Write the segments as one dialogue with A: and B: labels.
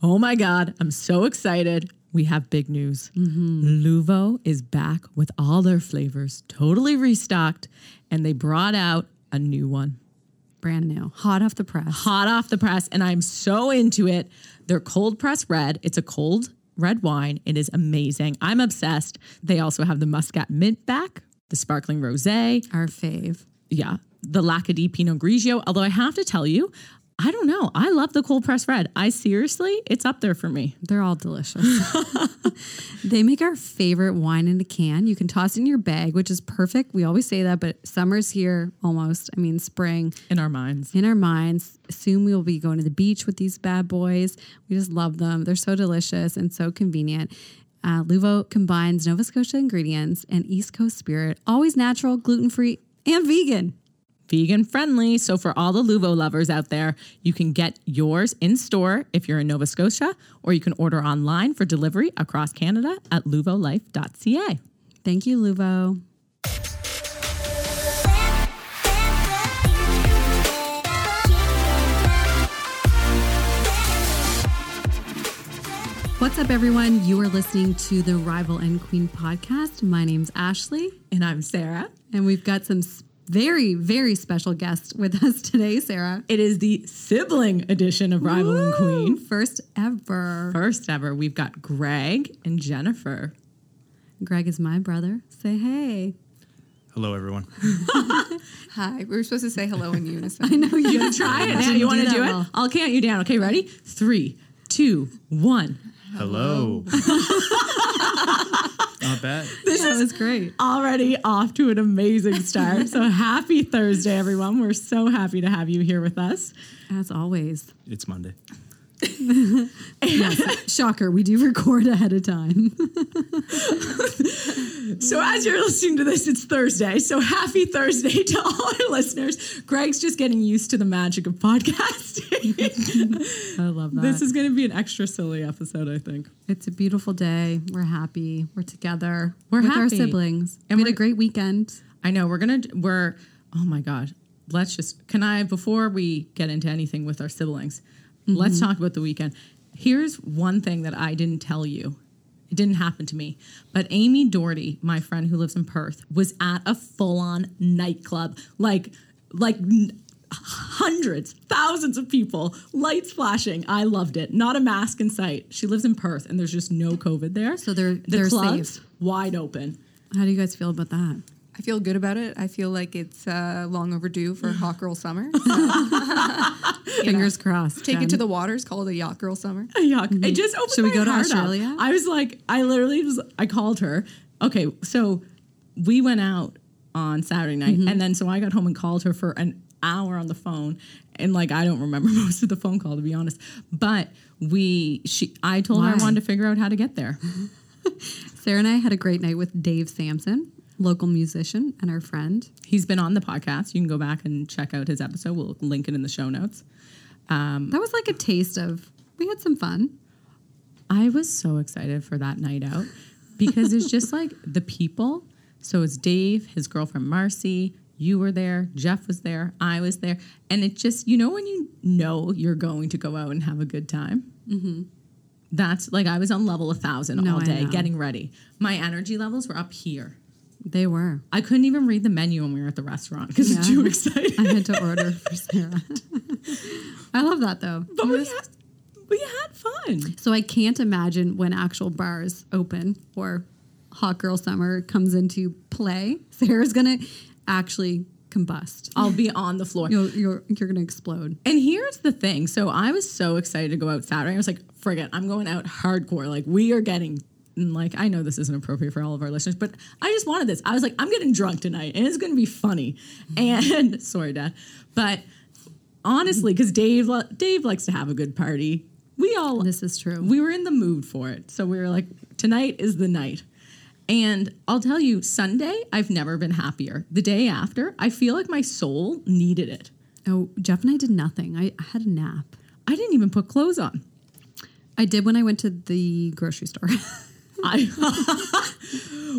A: Oh my God, I'm so excited. We have big news. Luvo is back with all their flavors, totally restocked, and they brought out a new one.
B: Brand new, hot off the press.
A: Hot off the press, and I'm so into it. Their cold press red, it's a cold red wine. It is amazing. I'm obsessed. They also have the muscat mint back, the sparkling rosé,
B: Our fave.
A: yeah, the Lacadie Pinot Grigio. Although I have to tell you, I don't know. I love the cold press red. I seriously, it's up there for me.
B: They're all delicious. they make our favorite wine in a can. You can toss it in your bag, which is perfect. We always say that, but summer's here almost. I mean, spring
A: in our minds.
B: in our minds. Soon we will be going to the beach with these bad boys. We just love them. They're so delicious and so convenient. Uh, Luvo combines Nova Scotia ingredients and East Coast spirit, always natural, gluten free, and vegan.
A: Vegan friendly. So, for all the Luvo lovers out there, you can get yours in store if you're in Nova Scotia, or you can order online for delivery across Canada at luvolife.ca.
B: Thank you, Luvo. What's up, everyone? You are listening to the Rival and Queen podcast. My name's Ashley,
A: And I'm Sarah.
B: and we've got some s- very, very special guests with us today, Sarah.
A: It is the sibling edition of Rival and Queen.
B: First ever.
A: First ever, we've got Greg and Jennifer.
B: Greg is my brother. Say hey.
C: Hello, everyone.
D: Hi. We were supposed to say hello in unison.
B: I know you
A: You try it now.
B: didn't
A: You want to
B: that
A: do it?
B: well.
A: I'll count you down. Okay, ready? Three, two, one.
C: Hello. Not bad.
B: that was great.
A: already off to an amazing start. so happy Thursday, everyone. We're so happy to have you here with us.
B: As always.
C: It's Monday.
B: Shocker, we do record ahead of time.
A: So, as you're listening to this, it's Thursday. So, happy Thursday to all our listeners. Greg's just getting used to the magic of podcasting.
B: I love that.
A: this is going to be an extra silly episode, I think.
B: it's a beautiful day. We're happy. We're together.
A: We're
B: with our
A: happy.
B: siblings.
A: And
B: we had
A: we're-
B: a great weekend.
A: I know we're gonna we're oh my god. Let's just can I before we get into anything with our siblings,
B: Mm-hmm.
A: let's talk about the weekend. Here's one thing that I didn't tell you. It didn't happen to me. But Amy Doherty, my friend who lives in Perth, was at a full-on nightclub. Like like n- hundreds, thousands of people, lights flashing. I loved it. Not a mask in sight. She lives in Perth and there's just no COVID there.
B: So they're-
A: the
B: they're
A: clubs
B: safe.
A: wide open.
B: How do you guys feel about that?
D: I feel good about it. I feel like it's uh, long overdue for Hot Girl Summer. So
B: Fingers crossed.
D: take
B: Jen.
D: it to the waters, call it a Yacht Girl Summer.
A: Yuck. It just opened
B: Mm-hmm. Should we
A: my
B: go to
A: heart up.
B: Australia?
A: I was like, I literally was, I called her. Okay, so we went out on Saturday night,
B: Mm-hmm.
A: and then so I got home and called her for an hour on the phone, and like I don't remember most of the phone call to be honest, but we, she, I told her I
B: Why?
A: wanted to figure out how to get there.
B: Sarah and I had a great night with Dave Sampson, local musician and our friend.
A: He's been on the podcast. You can go back and check out his episode. We'll link it in the show notes.
B: That was like a taste of we had some fun.
A: I was so excited for that night out because it's just like the people. So it's Dave, his girlfriend Marcy, you were there, Jeff was there, I was there. And it just, you know, when you know you're going to go out and have a good time. That's like I was on level a thousand
B: No,
A: all
B: I
A: day
B: know.
A: getting ready. My energy levels were up here.
B: They were.
A: I couldn't even read the menu when we were at the restaurant because
B: Yeah.
A: it's too excited.
B: I had to order for Sarah. I love that though.
A: But we had, we had fun.
B: So I can't imagine when actual bars open or Hot Girl Summer comes into play. Sarah's gonna actually combust.
A: I'll be on the floor.
B: You're you're, you're gonna explode.
A: And here's the thing. So I was so excited to go out Saturday. I was like, frig it, I'm going out hardcore. Like, we are getting, and like, I know this isn't appropriate for all of our listeners, but I just wanted this. I was like, I'm getting drunk tonight and it's going to be funny. And sorry, Dad. But honestly, because Dave, lo- Dave likes to have a good party. We all,
B: This is true.
A: we were in the mood for it. So we were like, tonight is the night. And I'll tell you, Sunday, I've never been happier. The day after, I feel like my soul needed it.
B: oh, Jeff and I did nothing. I, I had a nap.
A: I didn't even put clothes on.
B: I did when I went to the grocery store.
A: I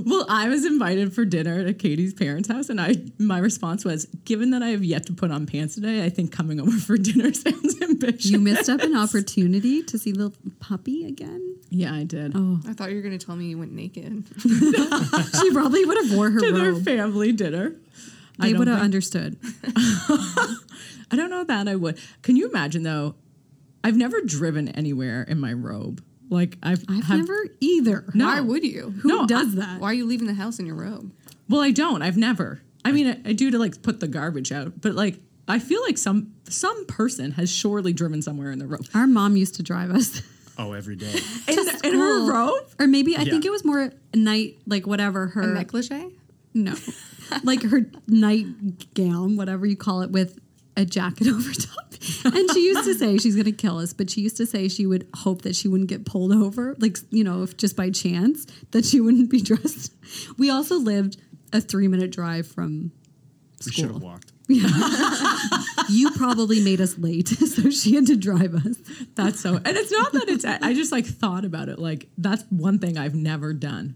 A: Well, I was invited for dinner to Katie's parents' house, and I my response was, given that I have yet to put on pants today, I think coming over for dinner sounds ambitious.
B: You missed up an opportunity to see the puppy again.
A: yeah, I did.
B: Oh,
D: I thought you were going to tell me you went naked.
B: she probably would have wore her
A: to their
B: robe.
A: family dinner. I
B: Oh, They
A: don't,
B: would have
A: think-
B: understood.
A: I don't know that I would. Can you imagine though? I've never driven anywhere in my robe. Like I've,
B: I've
A: have-
B: never either.
D: Why would you?
B: Who
A: No,
B: does that?
D: Why are you leaving the house in your robe?
A: Well, I don't. I've never. I mean, I, I do to like put the garbage out, but like I feel like some some person has surely driven somewhere in the robe.
B: Our mom used to drive us.
C: Oh, every day.
A: In,
B: to
A: in her
B: school.
A: robe?
B: Or maybe I think
C: Yeah.
B: it was more night, like whatever her
D: A negligee?
B: no, like her nightgown, whatever you call it, with a jacket over top. And she used to say she's gonna kill us, but she used to say she would hope that she wouldn't get pulled over, like you know, if just by chance that she wouldn't be dressed. We also lived a three minute drive from.
C: We should have
B: School.
C: walked.
B: You probably made us late, so she had to drive us.
A: That's so. And it's not that it's. I I just like thought about it. Like that's one thing I've never done,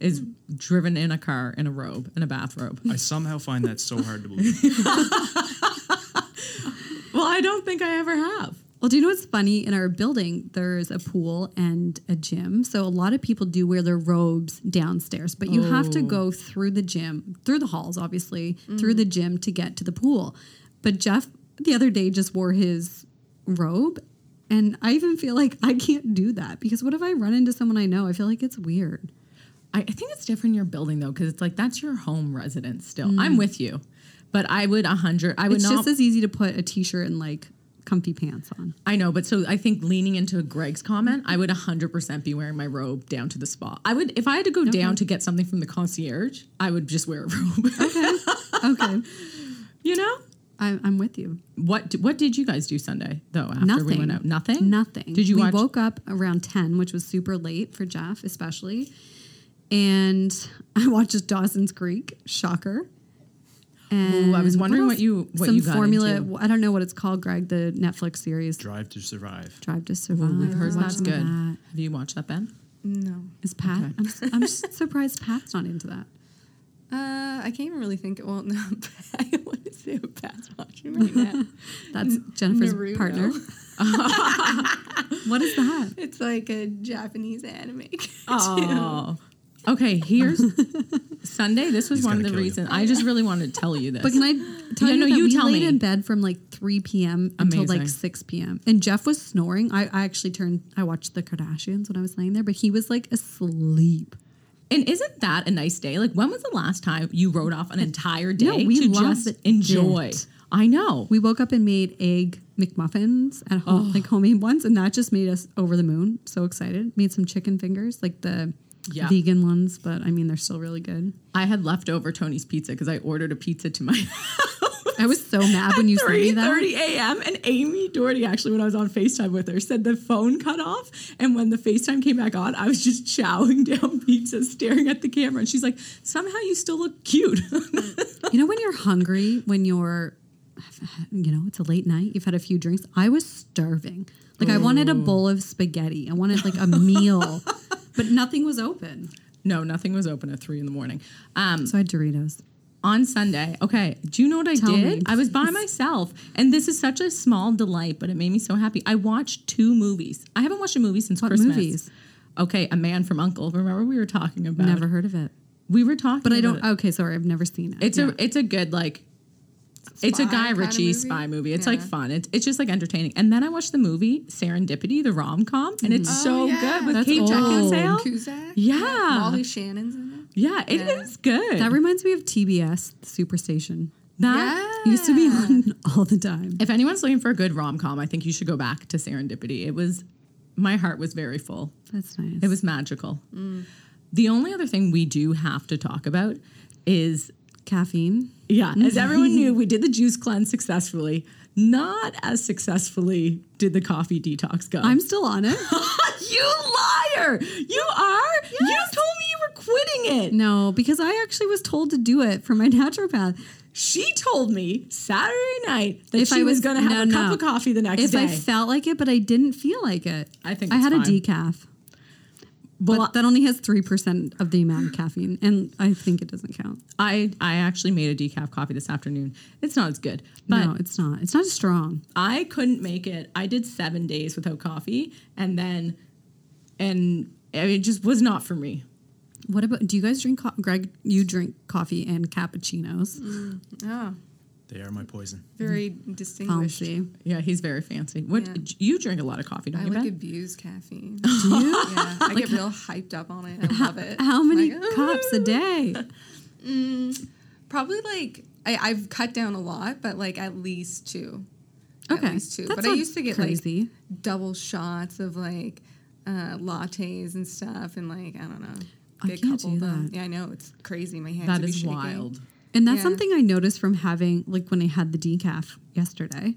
A: is driven in a car in a robe in a bathrobe.
C: I somehow find that so hard to believe.
A: Well, I don't think I ever have.
B: Well, do you know what's funny? In our building, there's a pool and a gym. So a lot of people do wear their robes downstairs, but you have to
A: Oh.
B: go through the gym, through the halls, obviously, through
A: Mm.
B: the gym to get to the pool. But Jeff the other day just wore his robe. And I even feel like I can't do that because what if I run into someone I know? I feel like it's weird.
A: I, I think it's different in your building though, because it's like that's your home residence still. I'm with you, but I would a hundred. I would
B: It's
A: not.
B: just as easy to put a t shirt and like comfy pants on.
A: I know, but so I think leaning into Greg's comment, I would 100% be wearing my robe down to the spa. I would, if I had to go down to get something from the concierge, I would just wear a robe.
B: Okay.
A: you know?
B: I'm, I'm with you.
A: What d- What did you guys do Sunday though? After we
B: Nothing.
A: went out, nothing.
B: Nothing.
A: Did you
B: We
A: watch?
B: woke up around ten, which was super late for Jeff, especially. And I watched Dawson's Creek. Shocker.
A: Ooh,
B: And
A: I was wondering what
B: else?
A: you- what
B: some
A: you got
B: formula.
A: into.
B: I don't know what it's called, Greg. The Netflix series
C: Drive to survive.
B: Drive to Survive.
A: Ooh, we've Oh, heard
B: Watched
A: that's
B: some of
A: good.
B: that.
A: Have you watched that, Ben?
D: No.
B: Is Pat? I'm, s- I'm s- surprised Pat's not into that.
D: Uh, I can't even really think. Well, no, I want to say a past watching right now.
B: That's Jennifer's
D: Naruto.
B: partner. what is that?
D: it's like a Japanese anime.
A: Oh. Okay, here's Sunday. This was
C: He's
A: one of
C: gonna
A: the
C: kill you.
A: reasons. I just really wanted to tell you this.
B: But can I tell
A: Yeah,
B: you
A: no,
B: that
A: you
B: we
A: tell
B: laid
A: me.
B: in bed from like 3 p.m. until
A: Amazing.
B: like 6 p.m. And Jeff was snoring. I, I actually turned, I watched the Kardashians when I was laying there, but he was like asleep.
A: and isn't that a nice day? Like, when was the last time you wrote off an entire day
B: No,
A: to
B: we loved
A: just
B: it.
A: enjoy? I know.
B: We woke up and made egg McMuffins at
A: Oh.
B: home, like homemade ones, and that just made us over the moon. So excited. Made some chicken fingers, like the
A: Yeah.
B: vegan ones, but I mean, they're still really good.
A: I had leftover Tony's pizza because I ordered a pizza to my
B: I was so mad when you sent me
A: three
B: that.
A: thirty a.m. And Amy Doherty, actually, when I was on FaceTime with her, said the phone cut off. And when the FaceTime came back on, I was just chowing down pizza, staring at the camera. And she's like, somehow you still look cute.
B: You know when you're hungry, when you're, you know, it's a late night, you've had a few drinks. I was starving. Like I wanted a bowl of spaghetti. I wanted like a meal, but nothing was open.
A: no, nothing was open at three in the morning. Um,
B: So I had Doritos.
A: on Sunday. Okay, do you know what I
B: Tell
A: did?
B: me,
A: I was by myself, and this is such a small delight, but it made me so happy. I watched two movies. I haven't watched a movie since
B: What
A: Christmas.
B: movies?
A: Okay, A Man from Uncle. Remember we were talking about? it?
B: Never heard of it.
A: We were talking,
B: But I
A: about
B: don't.
A: it.
B: Okay, sorry, I've never seen it.
A: It's a it's a good like. It's a
D: Spy
A: Guy
D: kinda
A: Ritchie
D: movie?
A: spy movie. It's like
D: Yeah.
A: fun. It's, it's just like entertaining. And then I watched the movie Serendipity, the rom com, and it's so
D: Mm-hmm. Oh, yeah.
A: good with
B: That's
A: Kate
B: old.
A: Beckinsale.
D: Kuzak?
A: Yeah.
D: Molly Shannon's in it.
A: Yeah, it is
D: Yeah.
A: good.
B: that reminds me of TBS Superstation.
A: That-
D: yeah.
B: Used to be on all the time.
A: If anyone's looking for a good rom com, I think you should go back to Serendipity. It was my heart was very full.
B: That's nice.
A: It was magical.
D: Mm.
A: The only other thing we do have to talk about is
B: caffeine.
A: yeah, as everyone knew, we did the juice cleanse successfully. Not as successfully did the coffee detox go.
B: I'm still on it.
A: you liar! You are? You told me you were quitting it.
B: No, because I actually was told to do it for my naturopath.
A: She told me Saturday night that
B: If
A: she
B: I
A: was,
B: was-
A: going to have
B: no,
A: a cup
B: no.
A: of coffee the next
B: if
A: day.
B: I felt like it, but I didn't feel like it.
A: I think
B: I
A: it's
B: had a
A: fine.
B: decaf. But
A: Blo-
B: that only has 3% of the amount of caffeine. And I think it doesn't count.
A: I I actually made a decaf coffee this afternoon. It's not as good, but
B: no, it's not. It's not as strong.
A: I couldn't make it. I did seven days without coffee, and then, and it just was not for me.
B: What about, do you guys drink, co- Greg, you drink coffee and cappuccinos.
D: Oh,
C: They are my poison.
D: very distinguished.
B: Fancy.
A: Yeah, he's very fancy. What
D: Yeah.
A: you drink a lot of coffee, don't
D: I
A: you?
D: like
A: Ben?
D: abuse caffeine. Do you? Yeah, I get real hyped up on it. I love it.
B: How many
D: Like,
B: cups a day?
D: Probably like I, I've cut down a lot, but like at least two.
B: Okay.
D: At least two.
B: That's
D: but I
B: not
D: used to get
B: crazy.
D: like double shots of like uh, lattes and stuff and like I don't know.
B: I
D: get
B: can't do
D: couple of them.
B: that.
D: Yeah, I know it's crazy. My hands
A: That
D: would be
A: is
D: shaking.
A: wild.
B: And that's
D: Yeah.
B: something I noticed from having, like, when I had the decaf yesterday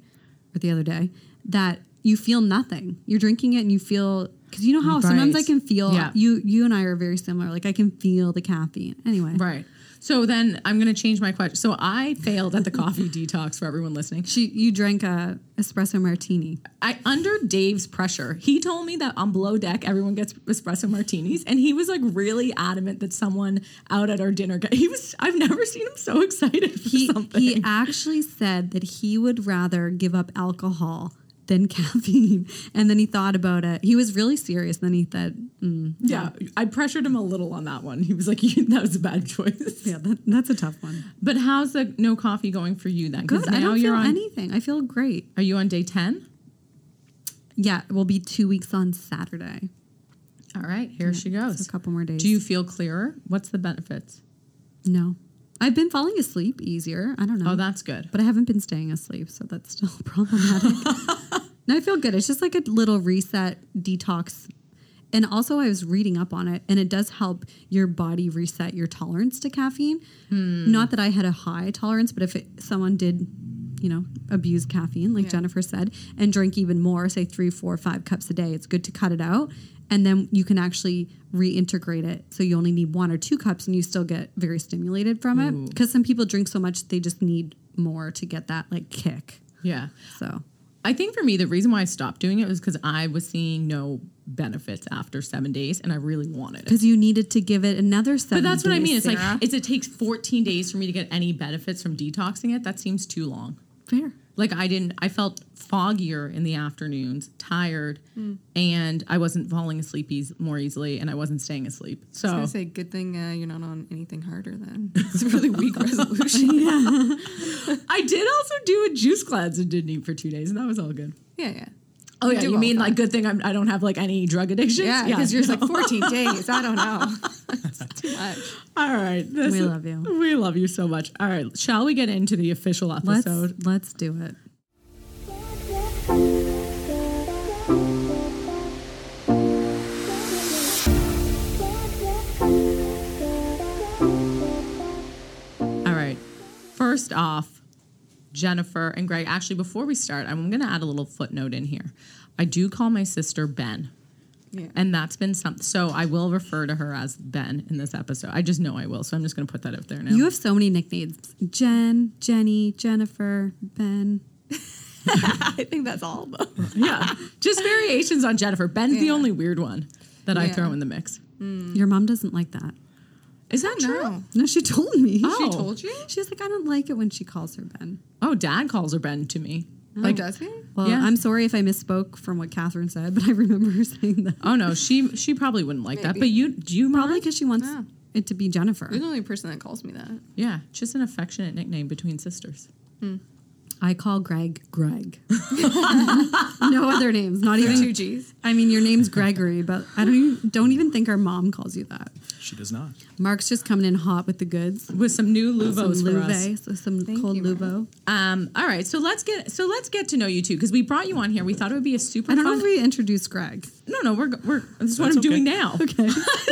B: or the other day, that you feel nothing. You're drinking it and you feel, because you know how sometimes I
A: Right.
B: can feel,
A: Yeah.
B: you, you and I are very similar. Like, I can feel the caffeine. Anyway.
A: Right. So then I'm going to change my question. So I failed at the coffee detox for everyone listening.
B: She, you drank a espresso martini.
A: I under Dave's pressure, he told me that on below deck everyone gets espresso martinis, and he was like really adamant that someone out at our dinner. Got, he was. I've never seen him so excited for
B: He,
A: something.
B: he actually said that he would rather give up alcohol than caffeine. And then he thought about it. He was really serious. And then he said, mm,
A: yeah, I pressured him a little on that one. He was like, "You- "That was a bad choice."
B: yeah, that, that's a tough one.
A: But how's the no coffee going for you then? 'Cause
B: Good. I
A: Now
B: don't
A: you're
B: feel
A: on.
B: anything. I feel great.
A: are you on day ten?
B: Yeah, it will be two weeks on Saturday.
A: All right, here she
B: So
A: goes.
B: a couple more days.
A: Do you feel clearer? What's the benefits?
B: No. I've been falling asleep easier. I don't know.
A: Oh, that's good.
B: but I haven't been staying asleep, so that's still problematic. no, I feel good. It's just like a little reset detox. And also, I was reading up on it, and it does help your body reset your tolerance to caffeine. Not that I had a high tolerance, but if it, someone did, you know, abuse caffeine, like
D: Yeah.
B: Jennifer said, and drink even more, say three, four, five cups a day, it's good to cut it out. And then you can actually reintegrate it. So you only need one or two cups, and you still get very stimulated from it. Because some people drink so much, they just need more to get that like kick.
A: Yeah.
B: So
A: I think for me, the reason why I stopped doing it was because I was seeing no benefits after seven days, and I really wanted it.
B: because you needed to give it another seven.
A: But that's what I
B: days,
A: mean. It's
B: Sarah.
A: like it's, it takes 14 days for me to get any benefits from detoxing it. That seems too long.
B: fair.
A: Like I didn't. I felt foggier in the afternoons, tired,
B: Mm.
A: and I wasn't falling asleep eas more easily, and I wasn't staying asleep.
D: I
A: So
D: was gonna say, good thing uh, you're not on anything harder then. It's a really weak resolution. yeah.
A: I did also do a juice cleanse and didn't eat for two days, and that was all good.
D: yeah,
A: Oh yeah,
D: do
A: you
D: all
A: mean
D: that.
A: like good thing I'm, I don't have like any drug addictions?
D: yeah, because you're just like 14 days. I don't know. it's too much.
A: All right. this
B: We
A: is-
B: love you.
A: We love you so much. All right. Shall we get into the official
B: Let's
A: episode?
B: let's do it.
A: All right. First off, Jennifer and Greg, actually, before we start, I'm going to add a little footnote in here. I do call my sister Ben.
D: Yeah.
A: And that's been something. So I will refer to her as Ben in this episode. I just know I will. So I'm just going to put that up there now.
B: You have so many nicknames: Jen, Jenny, Jennifer, Ben.
D: I think that's all. Though.
A: yeah. Just variations on Jennifer. Ben's the
D: Yeah.
A: only weird one that I
D: Yeah.
A: throw in the mix.
D: Mm.
B: Your mom doesn't like that.
A: Is that true?
D: No.
B: No, she told me.
A: Oh.
D: She told you?
B: She was like, I don't like it when she calls her Ben.
A: Oh, dad calls her Ben to me.
D: Like, does he?
B: Well,
A: Yeah.
B: I'm sorry if I misspoke from what Catherine said, but I remember her saying that.
A: Oh no, she she probably wouldn't like that.
D: Maybe.
A: But you do you mind?
B: Probably because she wants
D: Yeah.
B: it to be Jennifer.
D: You're the only person that calls me that.
A: Yeah, just an affectionate nickname between sisters.
B: I call Greg Greg. no other names, not even
D: Two G's.
B: I mean, your name's Gregory, but I don't even, don't even think our mom calls you that.
C: She does not.
B: Mark's just coming in hot with the goods.
A: With some new
B: Some
A: Luvos for us.
B: Louvre, so some cold
D: you,
B: Luvo.
A: Um, all right, so let's get so let's get to know you two because we brought you on here. We thought it would be a super
B: I don't know
A: fun.
B: if we introduced Greg.
A: no, no, we're we're this is what
C: That's
A: I'm doing
C: okay.
A: now.
B: Okay,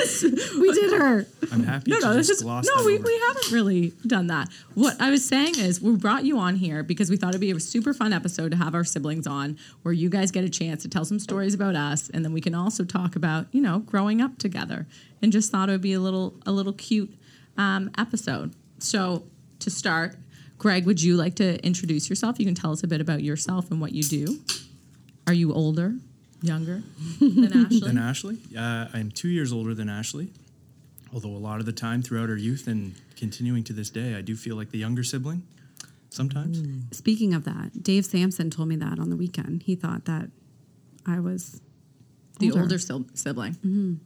B: we did her.
C: I'm happy.
A: No,
C: to
A: no, this
C: just
A: is
C: gloss
A: no.
C: that
A: We,
C: over.
A: we haven't really done that. What I was saying is, we brought you on here because we thought it'd be a super fun episode to have our siblings on, where you guys get a chance to tell some stories about us, and then we can also talk about you know growing up together. And just thought it would be a little a little cute um, episode. So to start, Greg, would you like to introduce yourself? You can tell us a bit about yourself and what you do. Are you older? Younger than Ashley.
C: than Ashley. Uh, I'm two years older than Ashley. Although a lot of the time throughout our youth and continuing to this day, I do feel like the younger sibling sometimes.
B: Mm. Speaking of that, Dave Sampson told me that on the weekend. He thought that I was
A: the older sil- sibling.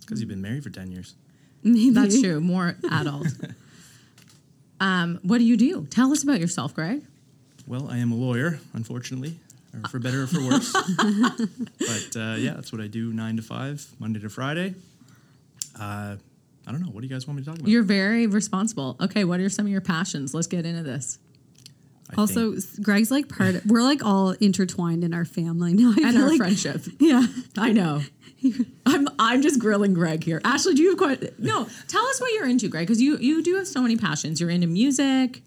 C: Because you've been married for 10 years.
B: Maybe.
A: That's true. More adult. um, what do you do? Tell us about yourself, Greg.
C: Well, I am a lawyer, unfortunately, or for better or for worse. but uh, yeah, that's what I do nine to five, Monday to Friday. Uh, I don't know. What do you guys want me to talk about?
A: You're very responsible. Okay, what are some of your passions? Let's get into this.
C: I
B: Also,
C: think-
B: s- Greg's like part. Of, we're like all intertwined in our family now. I
A: And
B: feel
A: our
B: like-
A: friendship.
B: Yeah,
A: I know. I'm I'm just grilling Greg here. Ashley, do you have quite no? Tell us what you're into, Greg, because you you do have so many passions. You're into music.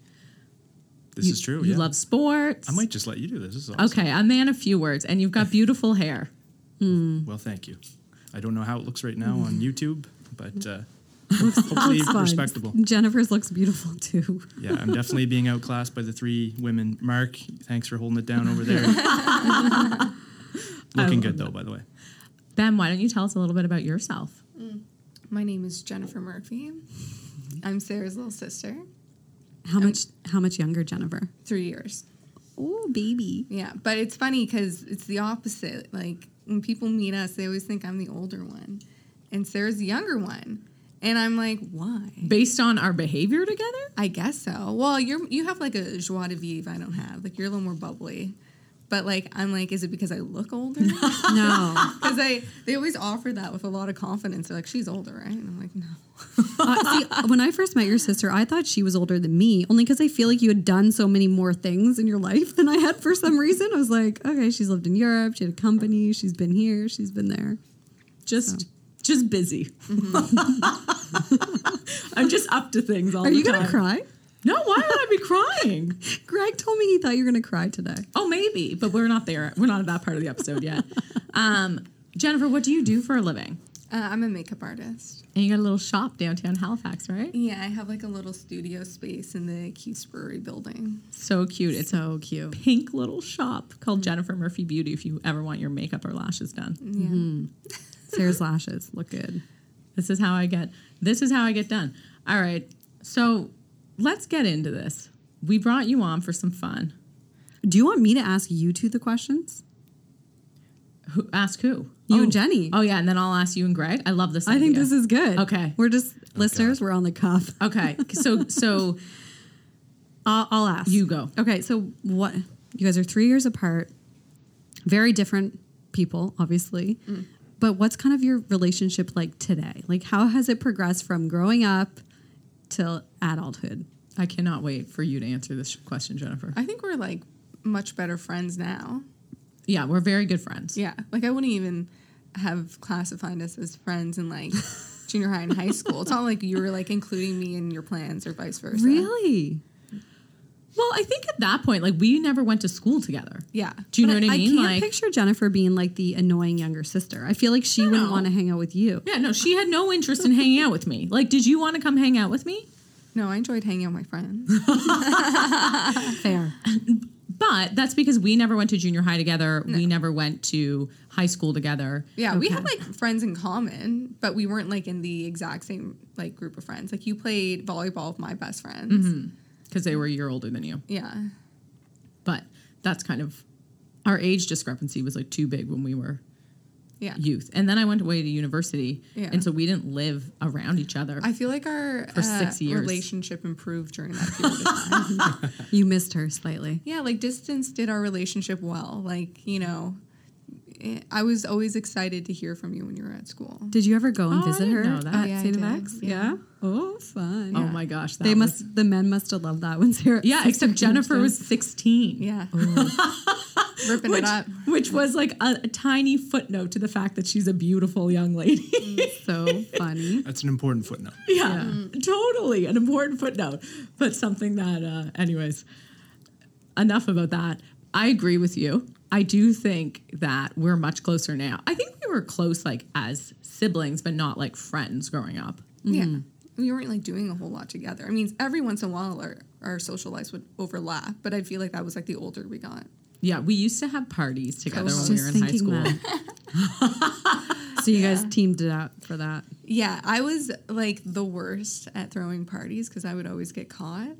C: this is true.
A: You
C: yeah.
A: love sports.
C: I might just let you do this. This is awesome.
A: Okay, a man of few words, and you've got beautiful hair.
C: Well, thank you. I don't know how it looks right now on YouTube, but uh, hopefully
B: Fun.
C: respectable.
B: Jennifer's looks beautiful too.
C: Yeah, I'm definitely being outclassed by the three women. Mark, thanks for holding it down over there. Looking good though, by the way.
A: Ben, why don't you tell us a little bit about yourself?
D: My name is Jennifer Murphy. I'm Sarah's little sister.
B: How much? How much younger, Jennifer?
D: Three years.
B: Oh, baby.
D: Yeah, but it's funny because it's the opposite. Like when people meet us, they always think I'm the older one, and Sarah's the younger one, and I'm like, why?
A: Based on our behavior together,
D: I guess so. Well, you're you have like a joie de vivre I don't have. Like you're a little more bubbly, but like I'm like, is it because I look older? Because
B: No.
D: they they always offer that with a lot of confidence. They're like, she's older, right? And I'm like, no.
B: Uh, see, when I first met your sister, I thought she was older than me, only because I feel like you had done so many more things in your life than I had for some reason. I was like, okay, she's lived in Europe, she had a company, she's been here, she's been there.
A: just just busy. I'm just up to things all
B: Mm-hmm. Are
A: the
B: you
A: time.
B: gonna cry?
A: No, why would I be crying?
B: Greg told me he thought you were gonna cry today.
A: Oh, maybe, but we're not there. We're not at that part of the episode yet. Um, Jennifer, what do you do for a living?
D: Uh, I'm a makeup artist.
A: And you got a little shop downtown Halifax, right?
D: Yeah, I have like a little studio space in the Keith's Brewery building.
A: So cute. It's a
B: So cute.
A: pink little shop called Jennifer Murphy Beauty if you ever want your makeup or lashes done.
B: Mm.
D: Yeah.
B: Sarah's lashes look good.
A: This is how I get this is how I get done. All right. So let's get into this. We brought you on for some fun.
B: Do you want me to ask you two the questions?
A: Who ask who?
B: You
A: Oh.
B: and Jenny.
A: Oh yeah, and then I'll ask you and Greg. I love this.
B: I think
A: idea.
B: this is good.
A: Okay.
B: We're just listeners, we're on the cuff.
A: Okay. So so
B: I'll, I'll ask.
A: You go.
B: Okay, so what? You guys are three years apart, very different people, obviously.
A: Mm.
B: But what's kind of your relationship like today? Like, how has it progressed from growing up till adulthood?
A: I cannot wait for you to answer this question, Jennifer.
D: I think we're like much better friends now.
A: Yeah, we're very good friends.
D: Yeah. Like I wouldn't even have classified us as friends in like junior high and high school. It's not like you were like including me in your plans or vice versa.
B: Really?
A: Well, I think at that point, like we never went to school together.
D: Yeah.
A: Do you
B: But
A: know what I, mean?
B: I can't
A: like,
B: picture Jennifer being like the annoying younger sister. I feel like she
A: No.
B: wouldn't want to hang out with you.
A: yeah, no, she had no interest in hanging out with me. Like, did you want to come hang out with me?
D: No, I enjoyed hanging out with my friends.
B: Fair.
A: But that's because we never went to junior high together. We never went to high school together.
D: Yeah, we had like friends in common, but we weren't like in the exact same like group of friends. Like you played volleyball with my best friends.
A: Mm-hmm. because they were a year older than you.
D: Yeah.
A: But that's kind of our age discrepancy was like too big when we were
D: Yeah.
A: youth. And then I went away to university,
D: Yeah.
A: and so we didn't live around each other.
D: I feel like our uh,
A: For six years.
D: relationship improved during that period of time.
B: you missed her slightly.
D: yeah, like distance did our relationship well. Like, you know, eh, I was always excited to hear from you when you were at school.
B: Did you ever go and
A: Oh, I
B: visit
A: didn't
B: her
A: know that.
B: at
D: Yeah, I
B: Saint
D: did.
B: Max?
D: Yeah.
B: Oh, fun.
A: Oh my gosh, that
B: They
A: was-
B: must. The men must have loved that one, Sarah.
A: yeah,
B: Sister
A: except Jennifer
B: Anderson.
A: was sixteen.
D: Yeah.
B: Oh,
D: Ripping
A: Which,
D: it up.
A: which was like a, a tiny footnote to the fact that she's a beautiful young lady.
B: so funny.
C: That's an important footnote.
A: yeah, totally an important footnote, but something that, uh, anyways, enough about that. I agree with you. I do think that we're much closer now. I think we were close, like as siblings, but not like friends growing up.
B: Mm-hmm.
D: Yeah. We weren't like doing a whole lot together. I mean, every once in a while our, our social lives would overlap, but I feel like that was like the older we got.
A: Yeah, we used to have parties together
B: I was
A: when we were
B: just
A: in high
B: thinking
A: school.
B: that. so you guys teamed it out for that.
D: Yeah, I was like the worst at throwing parties because I would always get caught.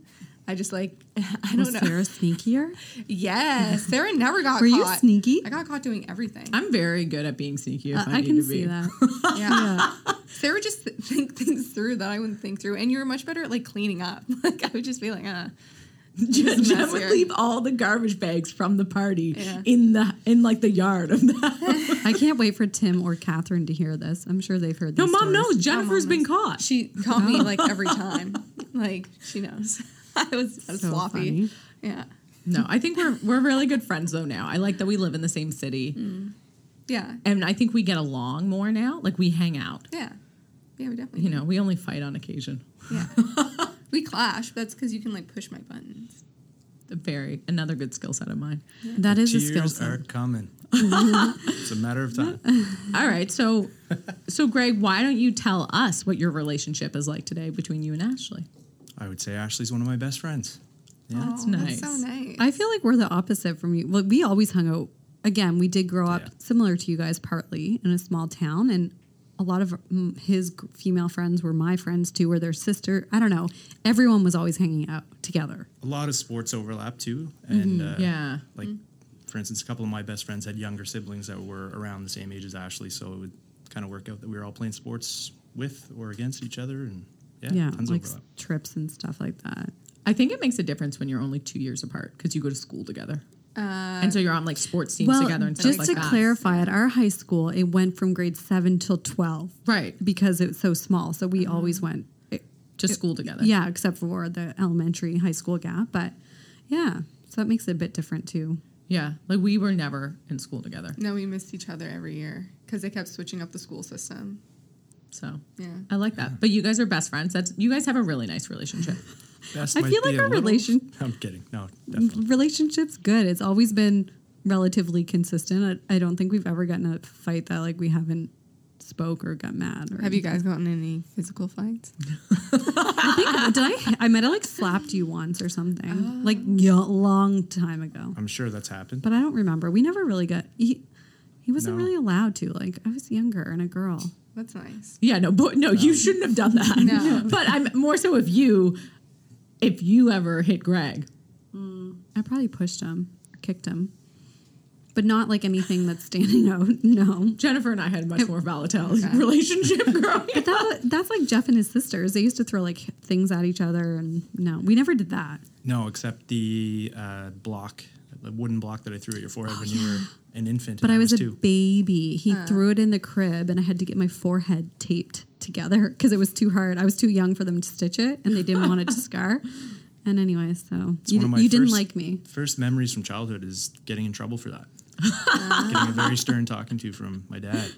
D: I just like I
B: Was
D: don't know.
B: Sarah sneakier?
D: Yes, Sarah never got
B: Were
D: caught.
B: you sneaky?
D: I got caught doing everything.
A: I'm very good at being sneaky if
B: Uh,
A: I,
B: I
A: need
B: can
A: to be.
B: see that.
D: yeah. Sarah just th- think things through that I wouldn't think through, and you were much better at like cleaning up. Like I would just be like, uh,
A: Jen,
D: It's a
A: Jen
D: mess
A: would
D: here.
A: leave all the garbage bags from the party
D: Yeah.
A: in the in like the yard of the house.
B: I can't wait for Tim or Catherine to hear this. I'm sure they've heard.
A: No,
B: these
A: mom
B: stories.
A: knows. Jennifer's
D: knows.
A: been caught.
D: she caught me like every time. Like she knows. I was I was
B: So
D: sloppy.
B: funny.
D: Yeah,
A: no, I think we're we're really good friends though now. I like that we live in the same city,
B: Mm.
D: yeah,
A: and I think we get along more now. Like we hang out.
D: yeah, yeah. We definitely.
A: You know, we only fight on occasion.
D: Yeah. we clash, but that's because you can like push my buttons.
A: Very another good skill set of mine.
B: That is a skill
C: Tears
B: set.
C: are coming. it's a matter of time.
A: All right, so so Greg, why don't you tell us what your relationship is like today between you and Ashley?
C: I would say Ashley's one of my best friends. Yeah.
A: That's
D: Oh,
A: nice.
D: That's so nice.
B: I feel like we're the opposite from you. Well, we always hung out. Again, we did grow up
C: Yeah.
B: similar to you guys, partly in a small town, and a lot of mm, his g- female friends were my friends too, or their sister. I don't know. Everyone was always hanging out together.
C: A lot of sports overlap too,
B: Mm-hmm.
C: and uh,
A: Yeah.
C: like for instance, a couple of my best friends had younger siblings that were around the same age as Ashley, so it would kind of work out that we were all playing sports with or against each other, and yeah,
B: Yeah,
C: tons
B: like
C: of
B: s-
C: overlap.
B: trips and stuff like that.
A: I think it makes a difference when you're only two years apart because you go to school together, and so you're on like sports teams
B: Uh, well,
A: together and stuff
B: just
A: like
B: to
A: that.
B: clarify, at our high school, it went from grade seven till twelve,
A: right?
B: Because it's so small, so we always went. It,
A: To school Mm-hmm. together.
B: yeah, except for the elementary high school gap, but yeah, so that makes it a bit different too.
A: yeah. Like we were never in school together,
D: no, we missed each other every year because they kept switching up the school system.
A: so
D: Yeah.
A: I like that. But you guys are best friends. That's you guys have a really nice relationship.
C: Best
B: I
C: might
B: feel
C: be
B: like
C: a
B: our
C: little-
B: relation- Mm-hmm.
C: I'm kidding. No, definitely.
B: relationship's good. It's always been relatively consistent. I, I don't think we've ever gotten a fight that like we haven't spoke or got mad. Or
D: Have you guys gotten any physical fights?
B: I think, did I? I might have like slapped you once or something,
A: Oh.
B: like y- long time ago.
C: I'm sure that's happened.
B: But I don't remember. We never really got. He, he wasn't
C: No.
B: really allowed to. Like I was younger and a girl.
D: That's nice.
A: Yeah, no, but no, you shouldn't have done that.
D: No.
A: But I'm more so if you, if you ever hit Greg.
B: I probably pushed him or kicked him, but not like anything that's standing out. No.
A: Jennifer and I had a much more volatile relationship growing
B: But that, wa- that's like Jeff and his sisters. They used to throw like things at each other, and no, we never did that.
C: No, except the uh, block, the wooden block that I threw at your forehead when you were an infant.
B: Oh, But
C: and
B: I was a
C: two.
B: baby. He threw it in the crib, and I had to get my forehead taped together because it was too hard. I was too young for them to stitch it, and they didn't want it to scar. And anyway, so
C: It's
B: you,
C: one of
B: di-
C: my
B: you didn't
C: first-
B: like me.
C: First memories from childhood is getting in trouble for that. getting a very stern talking to from my dad,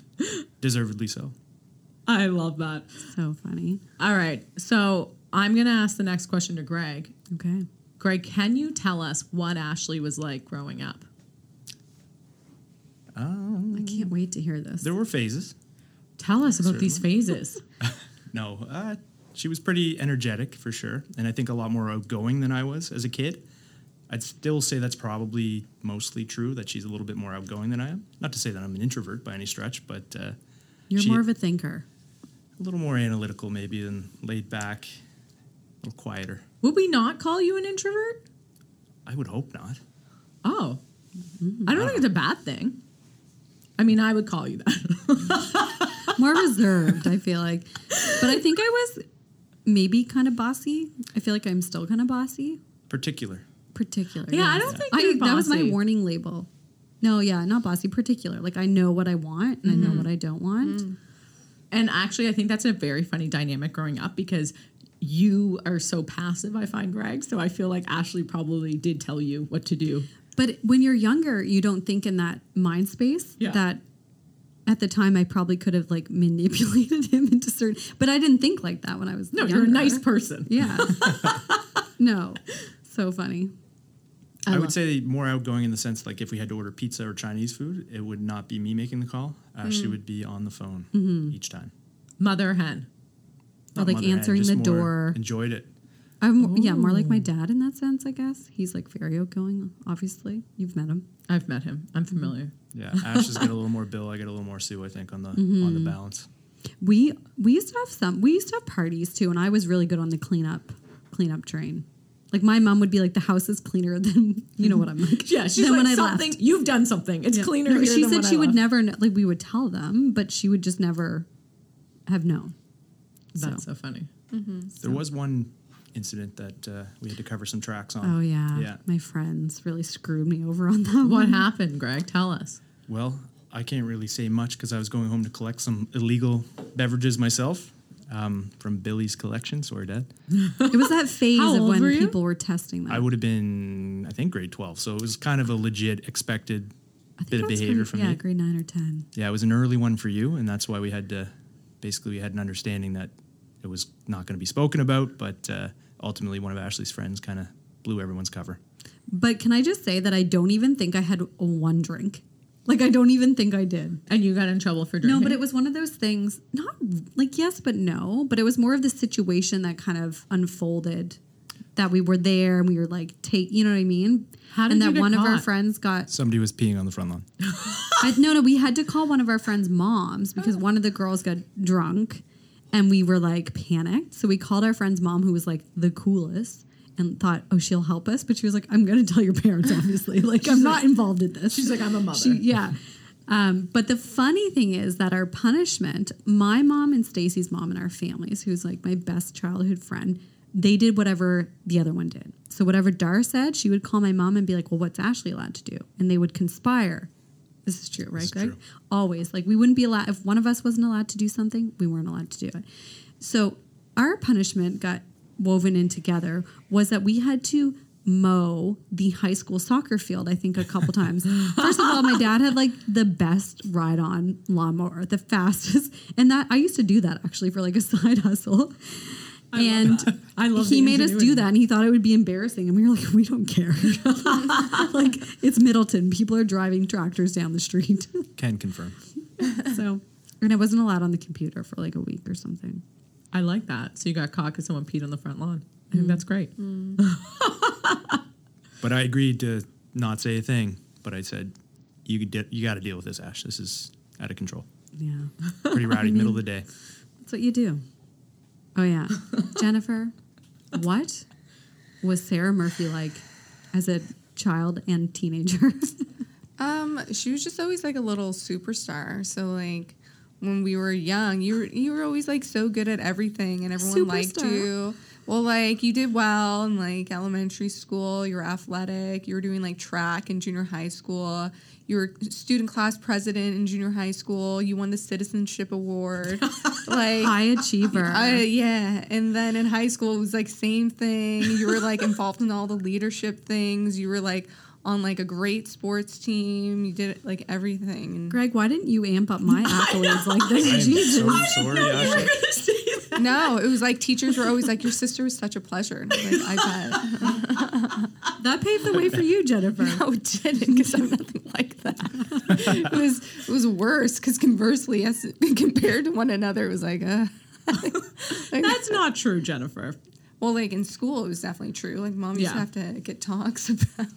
C: deservedly so.
A: I love that.
B: So funny.
A: All right, so I'm gonna ask the next question to Greg.
B: Okay.
A: Greg, can you tell us what Ashley was like growing up?
B: I can't wait to hear this.
C: There were phases.
A: Tell us about these phases.
C: No, uh, she was pretty energetic for sure, and I think a lot more outgoing than I was as a kid. I'd still say that's probably mostly true that she's a little bit more outgoing than I am. Not to say that I'm an introvert by any stretch, but uh,
B: You're
C: she-
B: more of a thinker.
C: a little more analytical maybe than laid back, a little quieter.
A: Would we not call you an introvert?
C: I would hope not.
A: Oh, I don't think it's a bad thing. I mean, I would call you that.
B: more reserved, I feel like. But I think I was maybe kind of bossy. I feel like I'm still kind of bossy,
C: Particular.
B: particular.
A: Yeah, I don't think
B: I,
A: you're
B: that was my
A: bossy.
B: warning label. No, yeah, not bossy, particular. Like I know what I want
A: Mm.
B: and I know what I don't want.
A: And actually, I think that's a very funny dynamic growing up because you are so passive, I find, Greg. So I feel like Ashley probably did tell you what to do.
B: But when you're younger, you don't think in that mind space
A: Yeah.
B: that at the time I probably could have like manipulated him into certain but I didn't think like that when I was
A: No, you're a
B: younger.
A: nice person.
B: Yeah. no. So funny.
C: I, would say more outgoing in the sense like if we had to order pizza or Chinese food, it would not be me making the call.
B: Mm-hmm.
C: Ashley would be on the phone each time.
A: Mother hen.
B: Or,
C: Not
B: like
C: mother hen,
B: answering
C: just
B: the
C: more
B: door.
C: Enjoyed it.
B: I'm, yeah, more like my dad in that sense, I guess. He's like very outgoing, obviously. You've met him.
A: I've met him. I'm familiar.
C: Yeah, Ash has got a little more Bill. I got a little more Sue. I think on the on
B: Mm-hmm.
C: the balance.
B: We we used to have some. We used to have parties too, and I was really good on the cleanup cleanup train. Like my mom would be like, "The house is cleaner than you know what I'm like."
A: Yeah, she's
B: than
A: like something. You've done something. It's cleaner.
B: No,
A: here
B: she
A: than
B: said
A: when I
B: she would
A: left."
B: never kn- like we would tell them, but she would just never have known.
A: That's so funny.
C: There was one incident that uh, we had to cover some tracks on.
B: Oh yeah.
C: Yeah.
B: my friends really screwed me over on that.
A: What happened, Greg? Tell us.
C: Well, I can't really say much because I was going home to collect some illegal beverages myself um, from Billy's collection. Sorry, Dad.
B: It was that phase
A: How
B: of
A: old
B: when
A: were you?
B: people were testing them.
C: I would have been, I think, grade 12. So it was kind of a legit expected
B: I think
C: bit
B: I
C: of
B: was
C: behavior
B: grade-
C: from
B: yeah,
C: me.
B: grade nine or ten.
C: Yeah, it was an early one for you, and that's why we had to basically we had an understanding that it was not going to be spoken about. But uh, ultimately, one of Ashley's friends kind of blew everyone's cover.
B: But can I just say that I don't even think I had one drink. Like I don't even think I did.
A: And you got in trouble for drinking.
B: No, but it was one of those things. Not like yes, but no. But it was more of the situation that kind of unfolded. That we were there and we were like, take, you know what I mean?
A: How did
B: and
A: you
B: that
A: get
B: one of our
A: caught?
B: friends got
C: Somebody was peeing on the front lawn.
B: I, no, no, we had to call one of our friends' moms because one of the girls got drunk and we were like panicked. So we called our friend's mom, who was like the coolest, and thought, oh, she'll help us. But she was like, I'm going to tell your parents, obviously. Like, I'm not involved in this.
A: she's like, I'm a mother.
B: She- yeah. Um, but the funny thing is that our punishment, my mom and Stacy's mom and our families, who's like my best childhood friend, they did whatever the other one did. So whatever Dar said, she would call my mom and be like, "Well, what's Ashley allowed to do?" And they would conspire. This is true, right,
C: is
B: Greg?
C: true.
B: Always, like we wouldn't be allowed if one of us wasn't allowed to do something, we weren't allowed to do it. So our punishment got woven in together was that we had to mow the high school soccer field, I think, a couple times. First of all, my dad had like the best ride on lawnmower, the fastest. And that I used to do that actually for like a side hustle. and
A: I love
B: he
A: the
B: made us
A: ingenuity.
B: do that and he thought it would be embarrassing. And we were like, we don't care. like it's Middleton. People are driving tractors down the street.
C: Can confirm.
B: so and I wasn't allowed on the computer for like a week or something.
A: I like that. So you got caught because someone peed on the front lawn. I think that's great.
C: But I agreed to not say a thing. But I said, "You could de- you got to deal with this, Ash. This is out of control.
B: Yeah.
C: Pretty rowdy, middle of the day."
B: That's what you do. Oh yeah, Jennifer. What was Sarah Murphy like as a child and teenager?
D: Um, she was just always like a little superstar. So like when we were young, you were you were always like so good at everything and everyone liked
B: Superstar.
D: you. Well, like you did well in like elementary school, you were athletic, you were doing like track in junior high school, you were student class president in junior high school, you won the citizenship award. like
B: High achiever.
D: uh, yeah, and then in high school it was like same thing. You were like involved in all the leadership things. You were like on like a great sports team. You did like everything. And
B: Greg, why didn't you amp up my accolades like this?
C: I am
B: Jesus.
C: so sorry, Ashley.
D: no, it was like teachers were always like, "Your sister was such a pleasure." And I was like, "I bet."
B: That paved the way for you, Jennifer.
D: No, it didn't because I'm nothing like that. it was it was worse because conversely, as compared to one another, it was like, uh, like-
A: That's not true, Jennifer.
D: Well, like in school, it was definitely true. Like mom used to
A: Yeah.
D: have to get talks about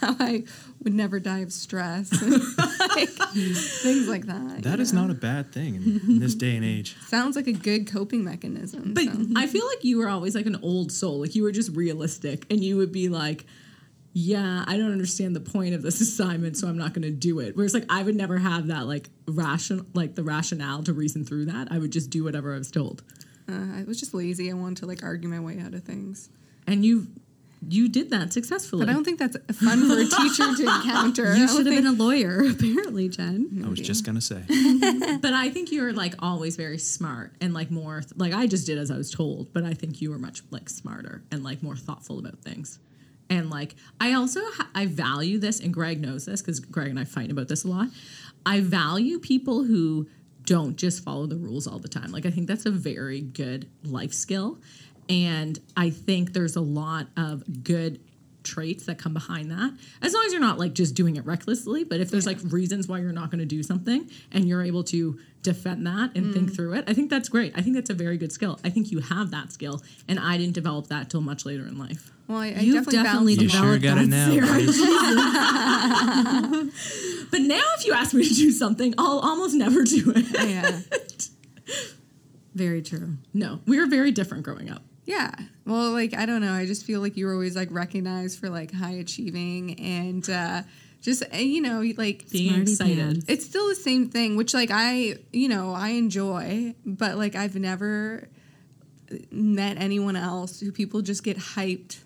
D: how I would never die of stress, like, things like that.
C: That is not a bad thing in, in this day and age.
D: Sounds like a good coping mechanism.
A: But
D: so.
A: I feel like you were always like an old soul. Like you were just realistic and you would be like, yeah, I don't understand the point of this assignment, so I'm not going to do it. Whereas, like, I would never have that, like, ration, like the rationale to reason through that. I would just do whatever I was told.
D: uh, I was just lazy. I wanted to like argue my way out of things.
A: And you, you did that successfully.
D: But I don't think that's fun for a teacher to encounter. I
B: You
D: don't
B: should have
D: think-
B: been a lawyer, apparently, Jen.
C: I was just gonna say.
A: but I think you were like always very smart and like more like I just did as I was told, but I think you were much like smarter and like more thoughtful about things. And like I also ha- I value this and Greg knows this cuz Greg and I fight about this a lot. I value people who don't just follow the rules all the time. Like I think that's a very good life skill and I think there's a lot of good traits that come behind that. As long as you're not like just doing it recklessly, but if there's like reasons why you're not going to do something and you're able to defend that and think through it. I think that's great. I think that's a very good skill. I think you have that skill, and I didn't develop that till much later in life.
D: Well, I, I
B: You've
D: definitely,
B: definitely
D: balance a
C: You
D: lot.
B: developed-
C: sure got it now. buddy.
A: But now, if you ask me to do something, I'll almost never do it.
D: Yeah.
B: Very true.
A: No, we were very different growing up.
D: Yeah. Well, like I don't know. I just feel like you were always like recognized for like high achieving and uh, just uh, you know like
A: Being
B: Smarty
A: excited.
B: pants.
D: Mm-hmm. it's still the same thing, which like I you know I enjoy, but like I've never met anyone else who people just get hyped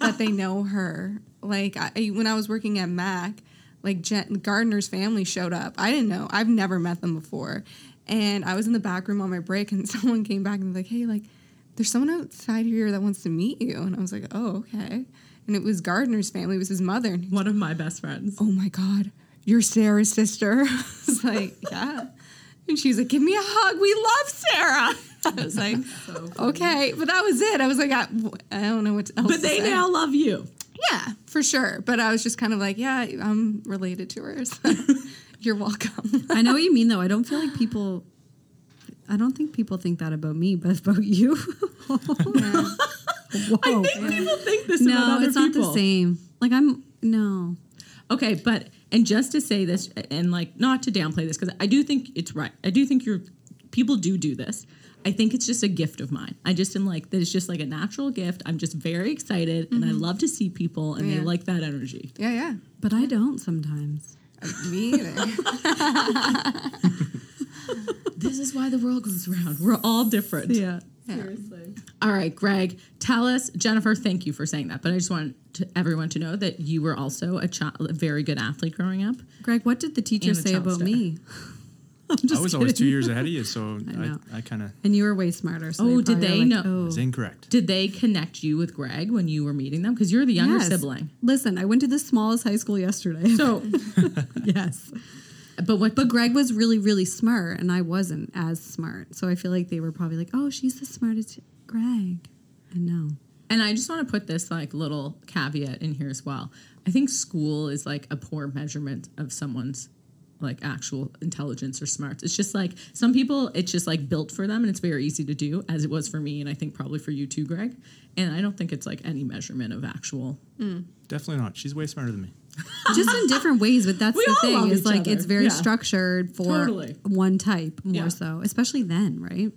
D: that they know her. Like I, when I was working at Mac, like Jen, Gardner's family showed up. I didn't know. I've never met them before, and I was in the back room on my break, and someone came back and was like, "Hey, like, there's someone outside here that wants to meet you." And I was like, "Oh, okay." And it was Gardner's family. It was his mother. And he
A: One of my best friends.
D: oh my god you're sarah's sister i was like yeah and she was like give me a hug we love sarah i was like okay but that was it i was like i, I don't know what else
A: But
D: to
A: they
D: say.
A: now love you.
D: yeah for sure but i was just kind of like yeah i'm related to her so you're welcome
B: I know what you mean, though. I don't feel like people. I don't think people think that about me, but about you.
A: I think people think this about
B: Oh, no,
A: other
B: it's not
A: people.
B: the same. Like I'm no.
A: Okay, but and just to say this, and like not to downplay this, because I do think it's right. I do think you're people do do this. I think it's just a gift of mine. I just am like there's just like a natural gift. I'm just very excited, and I love to see people, and
D: Yeah.
A: they like that energy.
D: yeah yeah
B: But I don't sometimes.
D: me either
A: This is why the world goes round. We're all different.
B: Seriously.
A: All right, Greg, tell us, Jennifer, thank you for saying that. But I just want to, everyone to know that you were also a, child, a very good athlete growing up.
B: Greg, what did the teacher
A: And a
B: say
A: child
B: about
A: star.
B: me? I'm
C: I
B: just
C: was always two
B: kidding.
C: years ahead of you, so
B: know.
C: I, I kind of
B: And you were way smarter. So
A: Oh, did
B: probably
A: they
B: were
A: know-
B: "Oh."
C: was incorrect.
A: Did they connect you with Greg when you were meeting them? Because you're the younger
B: Yes.
A: sibling.
B: Listen, I went to the smallest high school yesterday.
A: So,
B: yes.
A: but what?
B: But Greg was really, really smart, and I wasn't as smart. So I feel like they were probably like, oh, she's the smartest Greg. I know.
A: And I just want to put this like little caveat in here as well. I think school is like a poor measurement of someone's like actual intelligence or smarts. It's just like some people it's just like built for them and it's very easy to do as it was for me and I think probably for you too, Greg. And I don't think it's like any measurement of actual
C: Definitely not. She's way smarter than me.
B: Just in different ways, but that's
A: We
B: the
A: all
B: thing
A: love
B: is
A: each
B: like
A: other.
B: it's very
A: Yeah.
B: structured for
A: Totally.
B: one type more
A: Yeah.
B: so, especially then, right?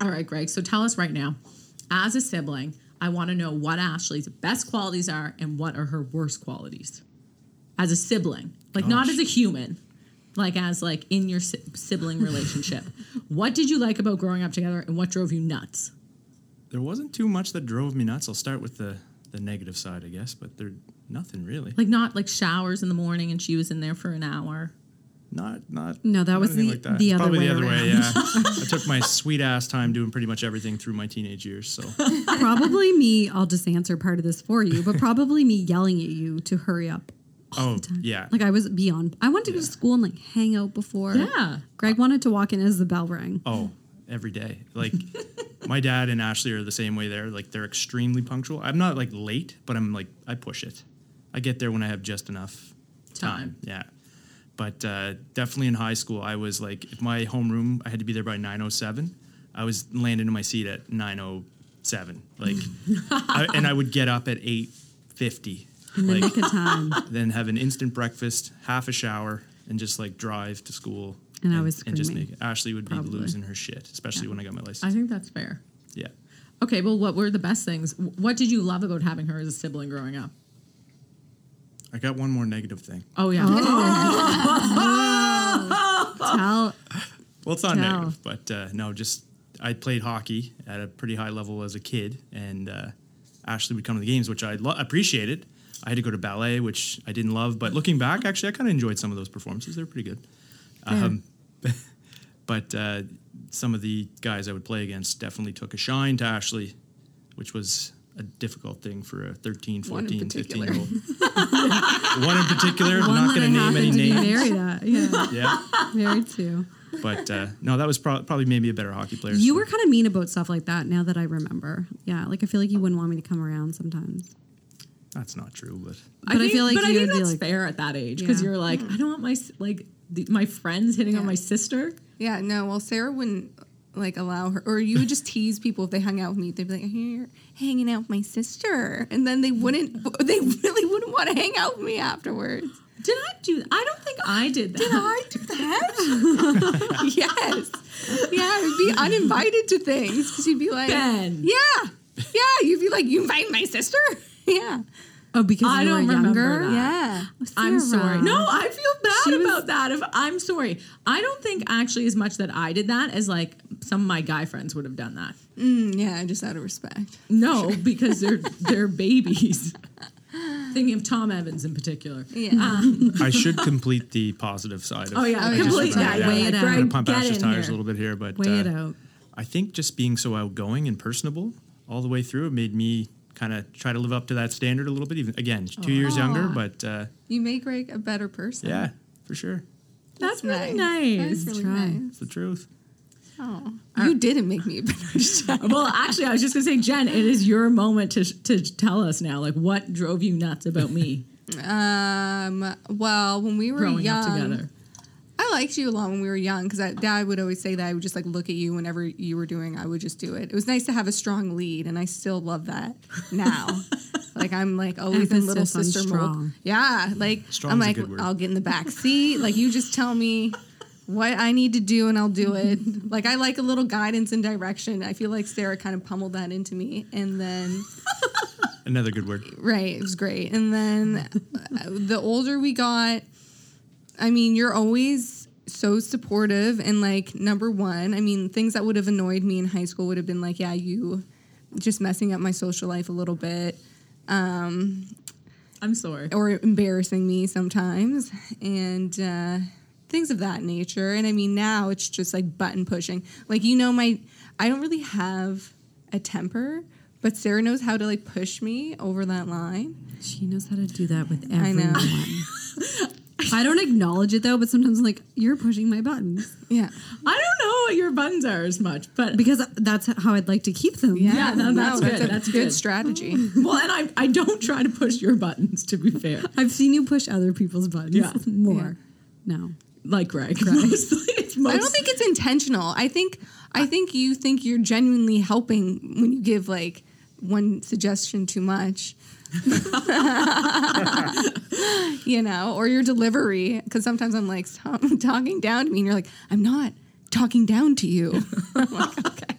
A: All right, Greg. So tell us right now, as a sibling, I want to know what Ashley's best qualities are and what are her worst qualities as a sibling, like not
C: Gosh.
A: as a human, like as like in your si- sibling relationship. what did you like about growing up together and what drove you nuts?
C: There wasn't too much that drove me nuts. I'll start with the the negative side, I guess, but there nothing really.
A: Like not like showers in the morning and she was in there for an hour.
C: Not not
B: No, that
C: not
B: was
C: anything
B: the-
C: like that.
B: the
C: It's
B: other
C: probably
B: way
C: the other
B: around.
C: way. Yeah, I took my sweet ass time doing pretty much everything through my teenage years. So
B: probably me, I'll just answer part of this for you, but probably me yelling at you to hurry up.
C: oh yeah,
B: Like I was beyond, I wanted to go to school and like hang out before.
A: Yeah.
B: Greg wanted to walk in as the bell rang.
C: Oh, every day. Like my dad and Ashley are the same way there. Like they're extremely punctual. I'm not like late, but I'm like I push it. I get there when I have just enough
A: Time.
C: time. Yeah. But uh, definitely in high school, I was like, if my homeroom, I had to be there by 9.07, I was landing in my seat at 9.07. Like, I, and I would get up at 8.50.
B: In the
C: Oh, Like,
B: nick of time.
C: then have an instant breakfast, half a shower, and just like drive to school.
B: And I was
C: just
B: screaming.
C: make it. Ashley would
A: Probably.
C: be losing her shit, especially when I got my license.
A: I think that's fair.
C: yeah.
A: Okay, well, what were the best things? What did you love about having her as a sibling growing up?
C: I got one more negative thing.
A: Oh yeah,
B: Tell
C: Well, it's not
B: Tell.
C: negative, but uh, no, just I played hockey at a pretty high level as a kid, and uh, Ashley would come to the games, which I lo- appreciated. I had to go to ballet, which I didn't love, but looking back, actually, I kind of enjoyed some of those performances. They were pretty good. Um, but uh, some of the guys I would play against definitely took a shine to Ashley, which was a difficult thing for a 13,
D: One in
C: 14, 15 year
D: particular.
C: old. One in particular, I'm
B: one
C: not
B: that I
C: going to name any
B: happened to be
C: names.
B: married at. Yeah,
C: Yeah.
B: married to.
C: But uh, no, that was pro- probably maybe a better hockey player.
B: You
C: so-
B: were kind of mean about stuff like that. Now that I remember, yeah, like I feel like you wouldn't want me to come around sometimes.
C: That's not true, but
B: But I, feel like
A: but I
B: you
A: think
B: would be
A: that's
B: like,
A: fair at that age because
B: Yeah.
A: you're like, I don't want my s- like the, my friends hitting on
D: Yeah.
A: my sister.
D: Yeah, no. Well, Sarah wouldn't like allow her, or you would just tease people if they hung out with me. They'd be like, "Hey, "You're hanging out with my sister," and then they wouldn't. They really wouldn't want to hang out with me afterwards.
A: Did I do? I don't think I did that.
D: Did I do that? yes. Yeah, I'd be uninvited to things because you'd be like,
A: Ben.
D: "Yeah, yeah." You'd be like, "You invite my sister?" Yeah.
B: Oh, because
A: I
B: you
A: don't
B: were
A: remember
B: younger?
A: that.
D: Yeah.
A: I'm
B: Sarah.
A: sorry. No, I feel bad
B: She was-
A: about that. If I'm sorry, I don't think actually as much that I did that as like some of my guy friends would have done that.
D: Mm, yeah, just out of respect.
A: No, because they're they're babies. Thinking of Tom Evans in particular.
D: Yeah.
A: Ah.
C: I should complete the positive side. Of
A: Oh yeah,
C: I
D: Oh, yeah.
C: just
A: complete. Yeah,
C: remembered,
A: yeah.
B: Weigh it
A: Like,
B: out.
C: I'm
A: Greg,
C: gonna pump
A: get
C: Ash's
A: in
C: tires
A: here.
C: a little bit here, but
B: Weigh it
C: uh,
B: out.
C: I think just being so outgoing and personable all the way through made me kind of try to live up to that standard a little bit. Even again, two years younger, but uh,
D: you make Greg a better person.
C: yeah, for sure,
A: That's, really
D: That's
A: nice.
D: really
B: Try.
D: nice.
C: it's the truth.
D: Oh. You didn't make me a better child.
A: well, actually, I was just gonna say, Jen, it is your moment to to tell us now. Like, what drove you nuts about me
D: Um, well, when we were
A: growing
D: young,
A: up together?
D: I liked you a lot when we were young because Dad would always say that I would just like look at you whenever you were doing. I would just do it. It was nice to have a strong lead, and I still love that now. like I'm like always in little
B: Emphasis on
D: sister mode.
B: strong.
D: Yeah, like
C: Strong
D: I'm
C: is a
D: like
C: good word.
D: I'll get in the back seat. Like you just tell me what I need to do, and I'll do it. like I like a little guidance and direction. I feel like Sarah kind of pummeled that into me, and then.
C: Another good word.
D: Right. It was great. And then uh, the older we got, I mean, you're always so supportive and like number one. I mean, things that would have annoyed me in high school would have been like, yeah, you just messing up my social life a little bit um,
A: I'm sorry.
D: or embarrassing me sometimes and uh, things of that nature. And I mean, now it's just like button pushing. Like, you know, my, I don't really have a temper, but Sarah knows how to like push me over that line.
B: She knows how to do that with
D: I know.
B: everyone. I, don't acknowledge it though, but sometimes I'm like you're pushing my buttons
D: Yeah.
A: I don't know what your buttons are as much, but
B: because that's how I'd like to keep them.
A: Yeah, no, that's good.
D: a
A: That's
D: good
A: good.
D: strategy.
A: well, and I I don't try to push your buttons. To be fair,
B: I've seen you push other people's buttons
A: Yeah.
B: more. No.
A: like Greg, mostly. It's most,
D: I don't think it's intentional. I think I think you think you're genuinely helping when you give like one suggestion too much. you know, or your delivery cuz sometimes I'm like "Stop talking down to me and you're like I'm not talking down to you. I'm like, okay.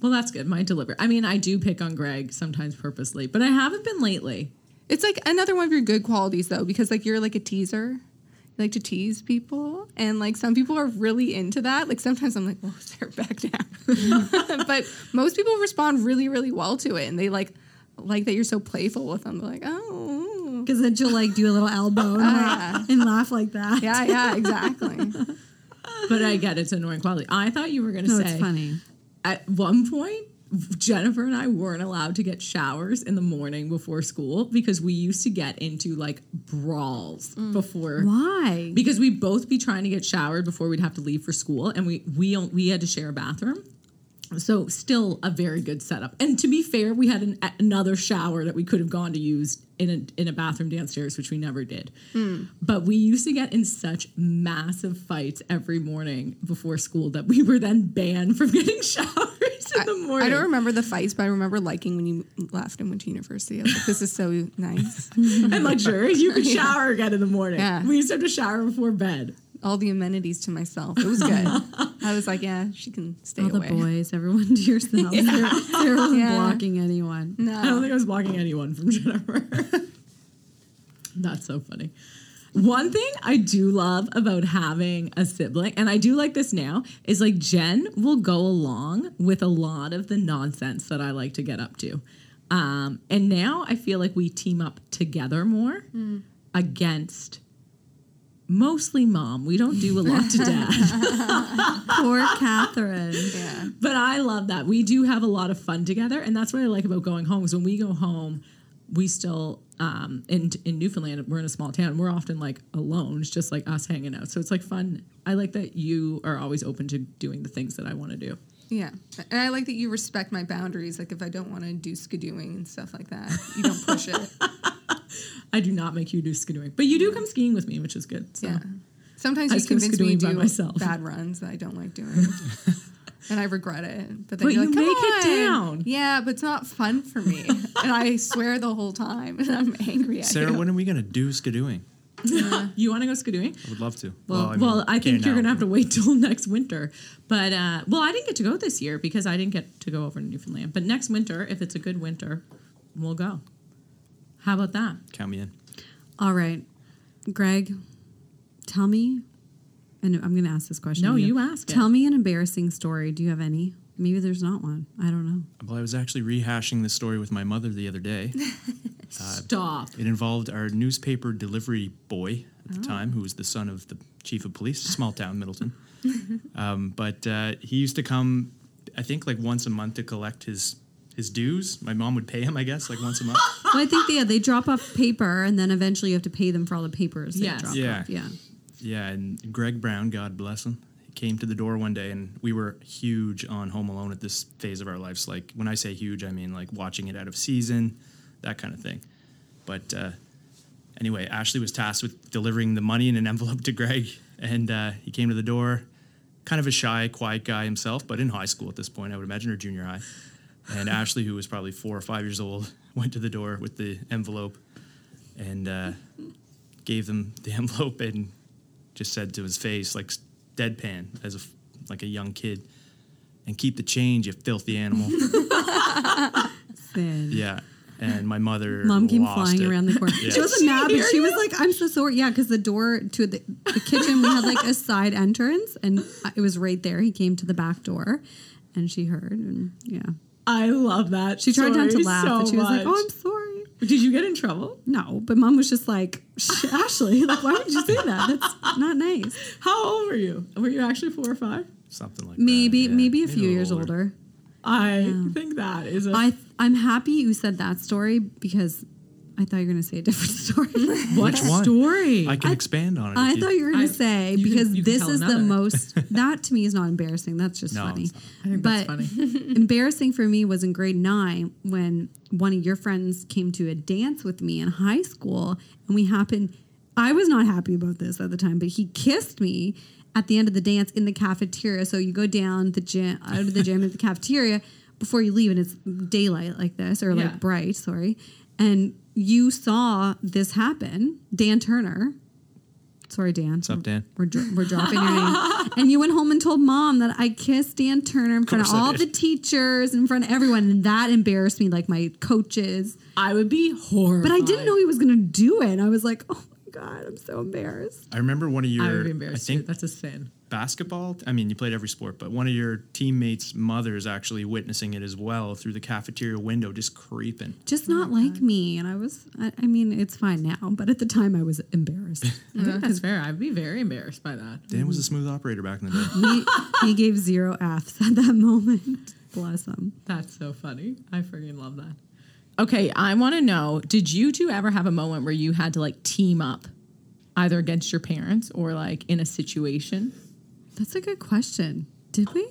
A: Well, that's good. My delivery. I mean, I do pick on Greg sometimes purposely, but I haven't been lately.
D: It's like another one of your good qualities though because like you're like a teaser. You like to tease people and like some people are really into that. Like sometimes I'm like, "Whoa, Sarah, back down." but most people respond really really well to it and they like like that you're so playful with them. They're like, "Oh."
B: Because then she'll like do a little elbow and,
A: Ah.
B: laugh, and laugh like that.
D: Yeah, yeah, exactly.
A: But I get it's annoying quality. I thought you were going to
B: No,
A: say
B: it's funny.
A: at one point Jennifer and I weren't allowed to get showers in the morning before school because we used to get into like brawls before
B: Why?
A: because we'd both be trying to get showered before we'd have to leave for school and we we on- we had to share a bathroom so still a very good setup and to be fair we had an, another shower that we could have gone to use in a, in a bathroom downstairs which we never did
D: Hmm.
A: but we used to get in such massive fights every morning before school that we were then banned from getting showers in the morning
D: I don't remember the fights, but I remember liking when you left and went to university. I was like, this is so nice.
A: and like sure you could shower again in the morning
D: Yeah.
A: we used to have to shower before bed
D: All the amenities to myself. It was good. I was like, yeah, she can stay
B: All the
D: away.
B: boys, everyone to yourself. Sarah, Sarah wasn't
D: Yeah.
B: blocking anyone.
A: I don't
D: No.
A: think I was blocking anyone from Jennifer. That's so funny. One thing I do love about having a sibling, and I do like this now, is like Jen will go along with a lot of the nonsense that I like to get up to. Um, and now I feel like we team up together more against mostly mom. We don't do a lot to dad.
B: Poor Catherine.
D: Yeah.
A: But I love that. We do have a lot of fun together. And that's what I like about going home is when we go home, we still um in in Newfoundland, we're in a small town. We're often like alone. It's just like us hanging out. So it's like fun. I like that you are always open to doing the things that I want to do.
D: Yeah. And I like that you respect my boundaries. Like if I don't want to do skidooing and stuff like that, you don't push it.
A: I do not make you do skidooing. But you do come skiing with me, which is good. So
D: Yeah. Sometimes
A: I
D: you
A: was gonna
D: convince me to
A: skidooing by
D: do
A: myself.
D: bad runs that I don't like doing. and I regret it. But then
A: But
D: you're
A: you
D: like, Come
A: make it
D: on."
A: down.
D: Yeah, but it's not fun for me. and I swear the whole time. And I'm angry at
C: Sarah,
D: you.
C: when are we gonna do skidooing?
A: you want to go skidooing?
C: I would love to.
A: Well, well, I,
C: mean,
A: think
C: okay,
A: you're
C: now.
A: gonna have to wait till next winter. But uh, well, I didn't get to go this year because I didn't get to go over to Newfoundland. But next winter, if it's a good winter, we'll go. How about that?
C: count me in.
B: All right, Greg, tell me, and I'm going to ask this question.
A: No,
B: to
A: you ask it.
B: Tell me an embarrassing story. Do you have any? Maybe there's not one. I don't know.
C: Well, I was actually rehashing this story with my mother the other day.
A: Uh, Stop.
C: It involved our newspaper delivery boy at the time, who was the son of the chief of police, small town Middleton. um, but uh, he used to come, I think, like once a month to collect his his dues. My mom would pay him, I guess, like once a month.
B: well, I think yeah, they drop off paper, and then eventually you have to pay them for all the papers. They
A: Yes.
B: drop
C: Yeah.
B: Off. Yeah.
C: yeah, and Greg Brown, God bless him, he came to the door one day, and we were huge on Home Alone at this phase of our lives. Like when I say huge, I mean like watching it out of season, that kind of thing. But uh, anyway, Ashley was tasked with delivering the money in an envelope to Greg, and uh, he came to the door, kind of a shy, quiet guy himself, but in high school at this point, I would imagine, or junior high. And Ashley, who was probably four or five years old, went to the door with the envelope and uh, gave them the envelope and just said to his face, like s- deadpan, as a f- like a young kid, and keep the change, you filthy animal.
B: Then
C: yeah. And my mother,
B: Mom came
C: lost
B: flying
C: it.
B: around the corner.
C: Yeah.
B: She wasn't mad, but she was like, "I'm so sorry." Yeah, because the door to the, the kitchen we had like a side entrance, and it was right there. He came to the back door, and she heard, and yeah,
A: I love that.
B: she tried not to
A: story
B: laugh,
A: so
B: but she was like,
A: much.
B: "Oh, I'm sorry."
A: Did you get in trouble?
B: No, but mom was just like, "Sh- Ashley, like, why would you say that? That's not nice.
A: How old were you? Were you actually four or five?
C: Something like
B: Maybe,
C: that. yeah.
B: maybe a few
C: little
B: years older.
A: I think that is a
B: I I'm happy you said that story because I thought you were gonna say a different story.
A: what
C: Which one?
A: story?
C: I can expand on it.
B: I
C: if you-
B: thought you were going
A: I-
B: to say
A: you can-
B: because
A: you can
B: this
A: tell
B: is the
A: another.
B: most that to me is not embarrassing. That's just
C: No,
B: funny.
C: it's not.
A: I think
B: but
A: that's
B: embarrassing for me was in grade nine when one of your friends came to a dance with me in high school, and we happened. I was not happy about this at the time, but he kissed me at the end of the dance in the cafeteria. So you go down the gym out of the gym at the cafeteria before you leave, and it's daylight like this or
A: Yeah.
B: like bright. Sorry, and you saw this happen, Dan Turner. Sorry, Dan. What's
C: up, Dan?
B: We're, dro- we're dropping your name. And you went home and told mom that I kissed Dan Turner in front of
C: course I
B: all
C: did.
B: the teachers, in front of everyone. And that embarrassed me, like my coaches.
A: I would be horrified.
B: But I didn't know he was going to do it. I was like, oh my God, I'm so embarrassed.
C: I remember one of your.
A: I would be
C: I
A: embarrassed.
C: think
A: too. That's a sin.
C: basketball. I mean, you played every sport, but one of your teammates' mothers actually witnessing it as well through the cafeteria window, just creeping.
A: Oh
B: Just not like me. And I was, I, I mean, it's fine now. But at the time, I was embarrassed.
A: I think that's fair. I'd be very embarrassed by that.
C: Dan
B: Mm.
C: was a smooth operator back in the day.
B: he, he gave zero Fs at that moment. Bless him.
A: That's so funny. I freaking love that. Okay, I want to know did you two ever have a moment where you had to like team up either against your parents or like in a situation?
B: That's a good question. Did we?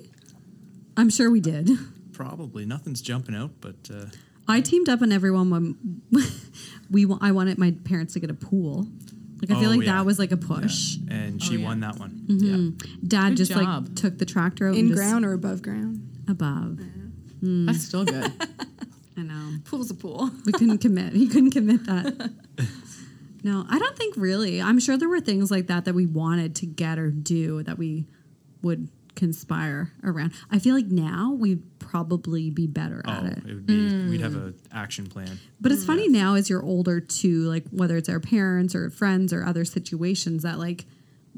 B: I'm sure we did.
C: Probably nothing's jumping out, but uh,
B: I teamed up on everyone when we wa- I wanted my parents to get a pool. Like I feel
C: Oh,
B: like
C: yeah.
B: that was like a push.
C: and
B: Oh,
C: she won that one.
B: Mm-hmm.
C: Yeah,
B: Dad
A: Good
B: just
A: job.
B: like took the tractor out
D: In
B: and just-
D: ground or above ground?
B: above.
C: Mm.
A: That's still good.
B: I know
D: Pool's a pool.
B: we couldn't commit. He couldn't commit that. No, I don't think really. I'm sure there were things like that that we wanted to get or do that we would conspire around. I feel like now we'd probably be better at it.
C: oh, it would be. We'd have an action plan.
B: But it's funny now as you're older too, like whether it's our parents or friends or other situations that like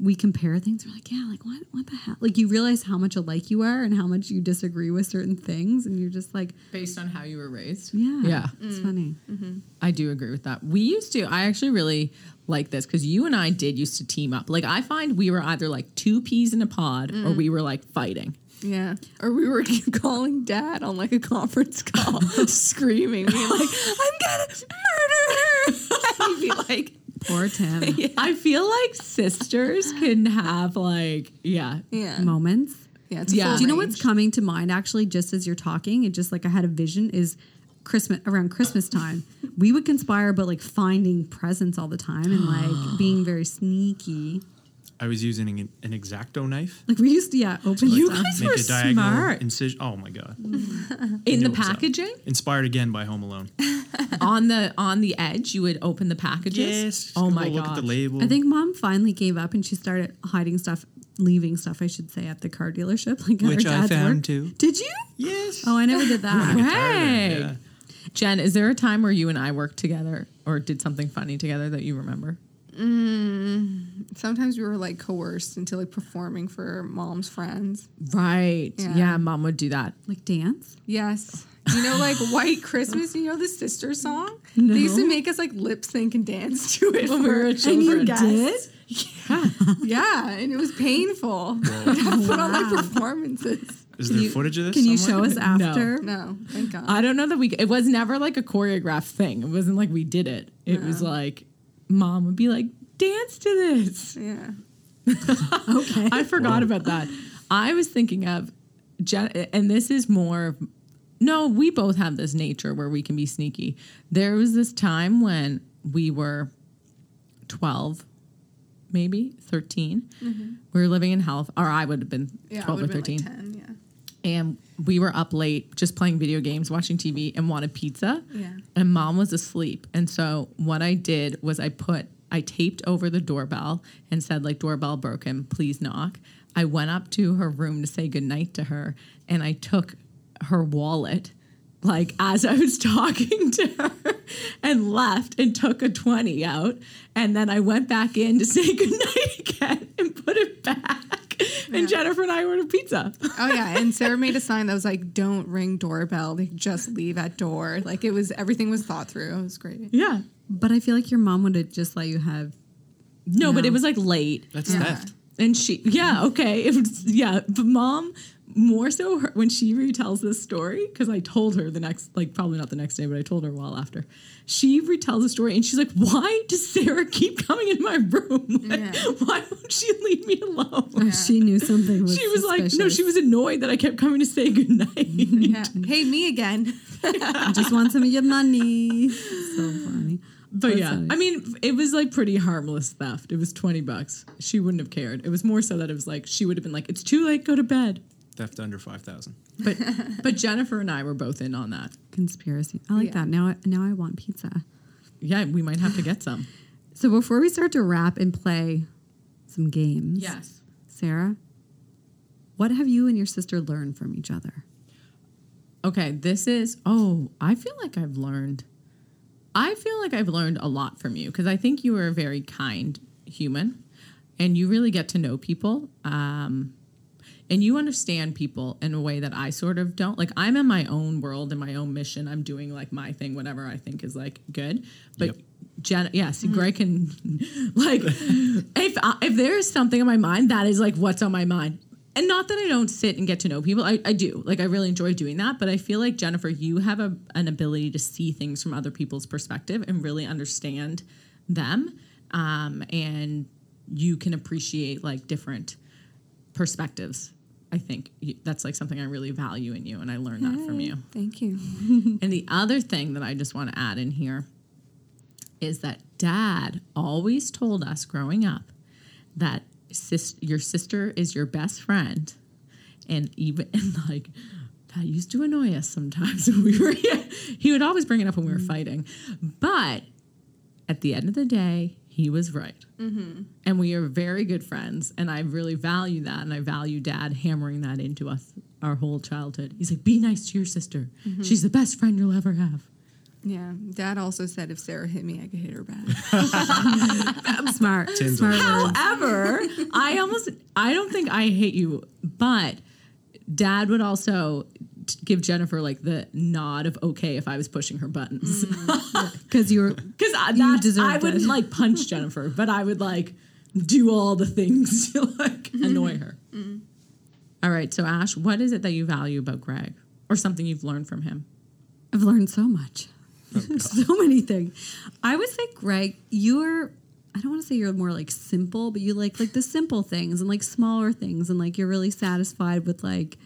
B: we compare things. We're like, yeah, like what what the hell? Like you realize how much alike you are and how much you disagree with certain things, and you're just like,
A: Based on how you were raised?
B: yeah,
A: Yeah.
B: it's
D: Mm.
B: funny.
A: I do agree with that. We used to, I actually really like this because you and I did used to team up. Like, I find we were either like two peas in a pod
C: Mm.
A: or we were like fighting.
D: Yeah. Or we were calling dad on like a conference call, screaming, being like, I'm gonna murder her. And he'd be like,
B: Poor Tim.
A: I feel like sisters can have like, yeah.
D: Yeah.
B: Moments.
D: Yeah. It's
A: Yeah.
D: full
B: Do you know
D: range.
B: what's coming to mind actually just as you're talking and just like I had a vision is Christmas around Christmas time. we would conspire about like finding presents all the time and like being very sneaky.
C: I was using an, an exacto knife.
B: Like we used to, yeah, open
A: You
B: stuff.
A: guys-
C: Make
A: were
C: a diagonal
A: smart.
C: incision. Oh my god!
A: in
C: knew
A: the
C: it was up.
A: packaging
C: Inspired again by Home Alone.
A: on the on the edge, you would open the packages.
C: Yes.
A: Oh
C: go
A: my
C: Look at the
A: god.
C: label.
B: I think mom finally gave up and she started hiding stuff, leaving stuff, I should say, at the car dealership. Like at
C: Which
B: her
C: I
B: dad's
C: found
B: work.
C: too.
B: Did you?
C: Yes.
B: Oh, I never did that.
A: Hey.
C: Yeah.
A: Jen, is there a time where you and I worked together or did something funny together that you remember?
D: Sometimes we were like coerced into like performing for mom's friends.
A: Right. Yeah.
D: Yeah.
A: mom would do that.
B: like dance?
D: Yes. You know, like White Christmas, you know the sister song? They used to make us like lip sync and dance to it
A: When we
D: for-
A: were
D: and you
A: children.
D: guessed.
B: Did?
D: Yeah, and it was painful. We'd have to put on like performances.
C: Is there footage of this?
B: Can you show
C: somewhere?
B: us after?
D: No, thank God.
A: I don't know that we it was never like a choreographed thing. It wasn't like we did it. It was like mom would be like, dance to this.
D: yeah.
B: Okay.
A: I forgot about that. I was thinking of Jen and this is more no, we both have this nature where we can be sneaky. There was this time when we were 12 maybe 13 we were living in health or i would have been
D: Yeah,
A: 12 or 13
D: Like 10, yeah.
A: and we were up late just playing video games, watching TV, and wanted pizza.
D: Yeah.
A: And mom was asleep. And so what I did was I put, I taped over the doorbell and said, like, doorbell broken, please knock. I went up to her room to say goodnight to her, and I took her wallet. Like as I was talking to her and left and took a 20 out. And then I went back in to say goodnight again and put it back. And Jennifer and I ordered pizza.
D: Oh yeah, and Sarah made a sign that was like, "Don't ring doorbell, like just leave at door." Like it was everything was thought through. It was great.
A: Yeah.
B: But I feel like your mom would have just let you have.
A: No, but it was like late.
C: That's
D: Yeah.
C: theft.
A: And she, yeah, okay. It was, yeah. But mom, more so her, when she retells this story, because I told her the next, like probably not the next day, but I told her a while after. She retells the story and she's like, why does Sarah keep coming in my room? Like,
D: Yeah.
A: Why won't she leave me alone?
B: She knew something was.
A: She was like, no, she was annoyed that I kept coming to say
B: Mm-hmm.
A: goodnight.
D: Yeah. Hey, me again.
B: I just want some of your money. So funny.
A: But
B: That's
A: yeah,
B: funny.
A: I mean, it was like pretty harmless theft. It was 20 bucks. She wouldn't have cared. It was more so that it was like, she would have been like, it's too late, go to bed.
C: Theft under five thousand.
A: But but Jennifer and I were both in on that.
B: Conspiracy. I like
D: Yeah.
B: that. Now, I- now I want pizza.
A: Yeah, we might have to get some.
B: So before we start to wrap and play some games, Sarah, what have you and your sister learned from each other?
A: Okay, this is oh, I feel like I've learned I feel like I've learned a lot from you because I think you are a very kind human and you really get to know people. Um and you understand people in a way that I sort of don't. Like I'm in my own world and my own mission. I'm doing like my thing, whatever I think is like good. But
C: Yep.
A: Jen, yeah, see, Greg can like if I, if there is something on my mind, that is like what's on my mind. And not that I don't sit and get to know people. I, I do. Like I really enjoy doing that. But I feel like Jennifer, you have a, an ability to see things from other people's perspective and really understand them. Um, and you can appreciate like different perspectives. I think you- that's like something I really value in you, and I learned that from you.
D: Thank you.
A: And the other thing that I just want to add in here is that dad always told us growing up that sis- your sister is your best friend. And even and like that used to annoy us sometimes when we were he would always bring it up when we were fighting. But at the end of the day, he was right. And we are very good friends. And I really value that. And I value dad hammering that into us our whole childhood. He's like, be nice to your sister. She's the best friend you'll ever have.
D: Yeah. Dad also said if Sarah hit me, I could hit her back.
B: Smart.
C: Tim's
B: smart.
C: always-
B: words.
A: However, I almost, I don't think I hate you, but dad would also t- give Jennifer like the nod of okay if I was pushing her buttons.
B: Because you were
A: Because I,
B: Mm. You
A: that-
B: deserved
A: I wouldn't
B: it.
A: like punch Jennifer, but I would like do all the things to like
B: Mm-hmm.
A: annoy her. All right, so Ash, what is it that you value about Greg or something you've learned from him?
B: I've learned so much. so many things. I would say, Greg, you're I don't want to say you're more like simple, but you like like the simple things and like smaller things and like you're really satisfied with like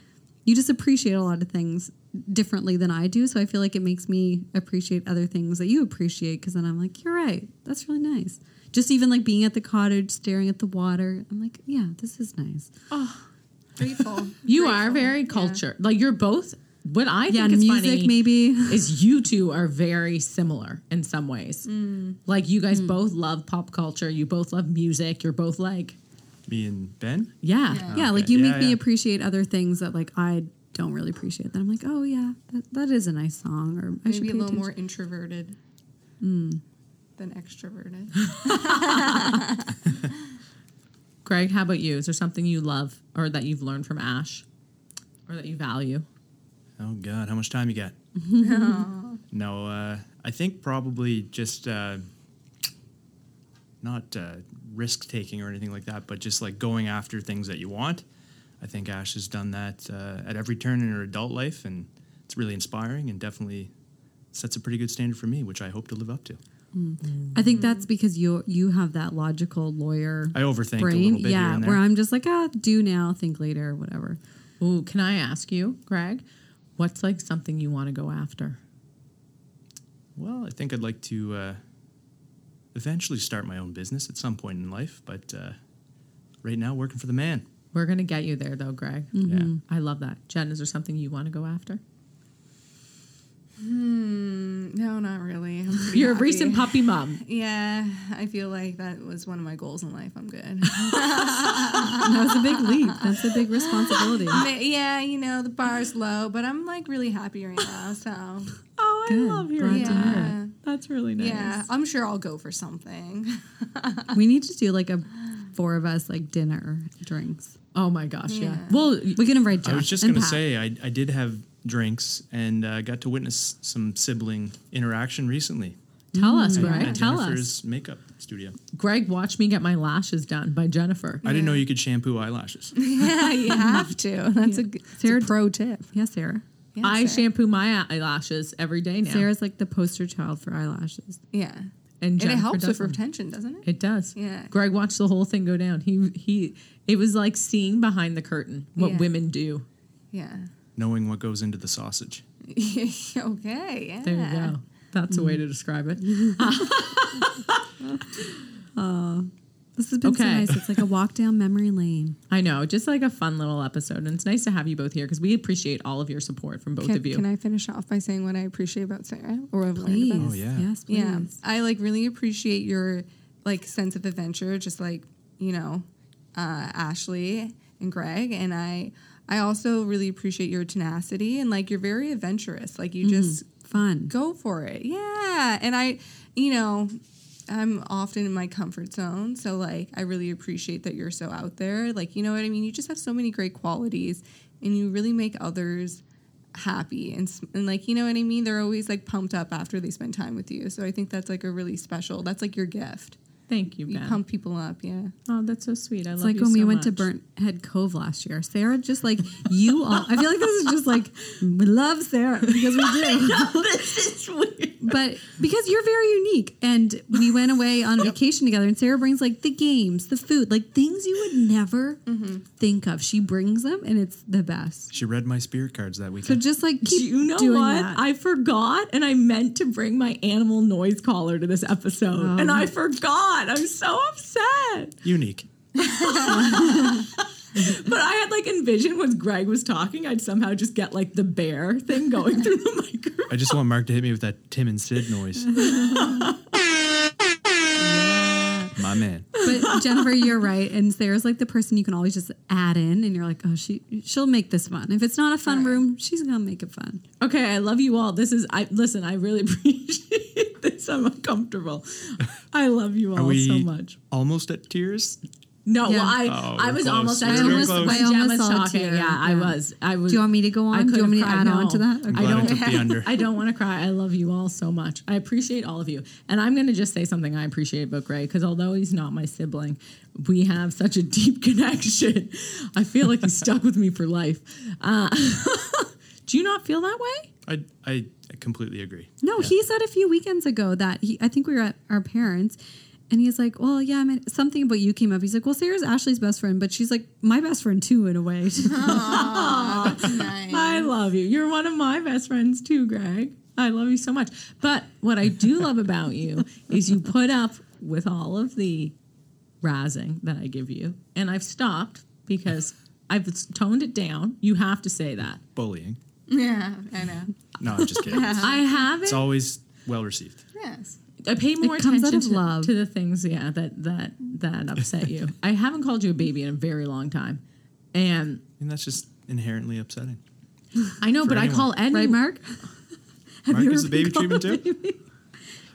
B: you just appreciate a lot of things differently than I do. So I feel like it makes me appreciate other things that you appreciate because then I'm like, you're right. That's really nice. just even like being at the cottage, staring at the water. I'm like, yeah, this is nice.
D: Grateful.
A: You are
D: Grateful.
A: very
D: Yeah.
A: cultured. Like you're both. What I think
B: Yeah,
A: is
B: music
A: funny
B: maybe.
A: is you two are very similar in some ways. Like you guys both love pop culture. You both love music. You're both like,
C: Me and Ben.
A: yeah,
D: Yeah.
B: Yeah,
C: Oh, Okay.
B: like you
C: Yeah,
B: make me
C: yeah.
B: appreciate other things that like I don't really appreciate. That I'm like, oh yeah, that, that is a nice song, or I should
D: Maybe
B: pay
D: a little
B: attention.
D: more introverted Hmm. than extroverted.
A: Greg, how about you? Is there something you love or that you've learned from Ash or that you value?
C: Oh God, how much time you got? no, uh, I think probably just uh, not uh, risk taking or anything like that, but just like going after things that you want. I think Ash has done that uh, at every turn in her adult life, and it's really inspiring and definitely sets a pretty good standard for me, which I hope to live up to.
B: I think that's because you you have that logical lawyer
C: I overthink a
B: brain,
C: little bit here
B: yeah,
C: and there.
B: where I'm just like, ah, do now, think later, whatever.
A: Ooh, can I ask you, Greg, what's like something you want to go after?
C: Well, I think I'd like to uh, eventually start my own business at some point in life, but uh, right now, working for the man.
A: We're going to get you there though, Greg.
C: Yeah.
A: I love that. Jen, is there something you want to go after?
D: Mm, no, not really. I'm pretty
A: You're a
D: happy.
A: recent puppy mom.
D: Yeah, I feel like that was one of my goals in life. I'm good.
B: And that was a big leap. That's a big responsibility.
D: Ma- yeah, you know the bar's low, but I'm like really happy right now. So
A: Oh,
B: Good. love hearing Glad to hear that.
D: it.
A: That's really nice.
D: yeah, I'm sure I'll go for something.
B: We need to do like a four of us like dinner drinks.
A: Oh my gosh, yeah.
D: Yeah.
A: Well,
B: We can invite Josh.
C: I was just
B: and
C: going to
B: Pat.
C: say, I, I did have drinks and uh, got to witness some sibling interaction recently.
A: tell us,
C: at-
A: Greg.
C: at
A: Tell us.
C: Jennifer's makeup studio.
A: Greg watched me get my lashes done by Jennifer.
C: I didn't know you could shampoo eyelashes.
D: yeah, you have to. That's a,
B: Sarah-
D: pro tip.
B: yeah, Sarah.
A: I
D: Sarah.
A: shampoo my eyelashes every day now.
B: Sarah's like the poster child for eyelashes.
D: Yeah,
A: and
D: and it
A: Jennifer
D: helps
A: does
D: with
A: them.
D: retention, doesn't it?
A: It does.
D: Yeah.
A: Greg watched the whole thing go down. He he. It was like seeing behind the curtain what
D: Yeah.
A: women do.
D: Yeah.
C: Knowing what goes into the sausage.
D: okay. Yeah. Mm-hmm.
A: There you go. That's a way to describe it.
B: This has been
A: Okay.
B: so nice. It's like a walk down memory lane.
A: I know, just like a fun little episode, and it's nice to have you both here because we appreciate all of your support from both
D: Can,
A: of you.
D: can I finish off by saying what I appreciate about Sarah or what I've learned
B: Please.
D: about?
C: Oh, yeah.
B: Yes, please.
D: Yeah, I like really appreciate your like sense of adventure, just like you know, uh, Ashley and Greg, and I. I also really appreciate your tenacity and like you're very adventurous. Like
A: Mm-hmm.
D: you just
B: Fun.
D: go for it. Yeah, and I, you know, I'm often in my comfort zone, so like I really appreciate that you're so out there. Like you know what I mean. You just have so many great qualities, and you really make others happy and, s- and like you know what i mean they're always like pumped up after they spend time with you so i think that's like a really special that's like your gift
A: Thank you,
D: you
A: Ben.
D: pump people up yeah
A: oh, that's so sweet. I
B: It's
A: love
B: like
A: you
B: when we
A: so
B: went to
A: much.
B: Burnt Head Cove last year. Sarah just like you all. I feel like this is just like we love Sarah because we do.
A: It's weird.
B: But because you're very unique, and we went away on vacation together, and Sarah brings like the games, the food, like things you would never
A: Mm-hmm.
B: think of. She brings them, and it's the best.
C: She read my spirit cards that
B: So
C: weekend.
B: just like keep
A: Do you know
B: doing
A: what?
B: that.
A: I forgot and I meant to bring my animal noise collar to this episode and I forgot. I'm so upset.
C: Unique.
A: But I had like envisioned when Greg was talking, I'd somehow just get like the bear thing going through the microphone.
C: I just want Mark to hit me with that Tim and Sid noise. My man.
B: but Jennifer, you're right, and Sarah's like the person you can always just add in, and you're like, oh, she she'll make this fun. If it's not a fun room, she's gonna make it fun.
A: Okay, I love you all. This is I listen, I really appreciate this. I'm uncomfortable. I love you
C: Are
A: all
C: we
A: so much.
C: almost at tears?
A: No,
B: Yeah.
A: well, I
C: Oh,
A: I
C: we're
A: was
C: close.
A: almost
C: We're
A: I
C: very
A: almost
C: close.
A: when
B: I almost
A: Jen was
B: saw a
A: talking.
B: tear,
A: Yeah, I
B: yeah.
A: was. I was
B: Do you want me to go
A: I
B: on? Do you
A: could've
B: want me to
A: cried.
B: add on
A: No.
B: to that?
A: I
C: Glad I,
A: don't
C: took the under.
A: I don't want to cry. I love you all so much. I appreciate all of you. And I'm going to just say something I appreciate about Gray because although he's not my sibling, we have such a deep connection. I feel like he's stuck with me for life. Uh, do you not feel that way?
C: I, I completely agree.
B: No, he said a few weekends ago that he, I think we were at our parents, and he's like, "Well, yeah, I mean, something about you came up." He's like, "Well, Sarah's Ashley's best friend, but she's like my best friend too, in a way."
A: I love you. You're one of my best friends too, Greg. I love you so much. But what I do love about you is you put up with all of the razzing that I give you, and I've stopped because I've toned it down. You have to say that.
B: Uh-huh.
C: Bullying.
D: Yeah, I know.
C: No, I'm just kidding. It's,
A: I haven't.
C: it's always well received.
D: Yes.
A: I pay more
B: comes out
A: attention
B: of
A: to,
B: love.
A: to the things, yeah, that that that upset you. I haven't called you a baby in a very long time, and
C: And that's just inherently upsetting.
A: I know,
C: For
A: but I
C: anyone.
A: call any
B: right, Mark? Have
C: Mark
B: you
C: is
B: ever
C: the baby
B: been called
C: treatment
B: a
C: too?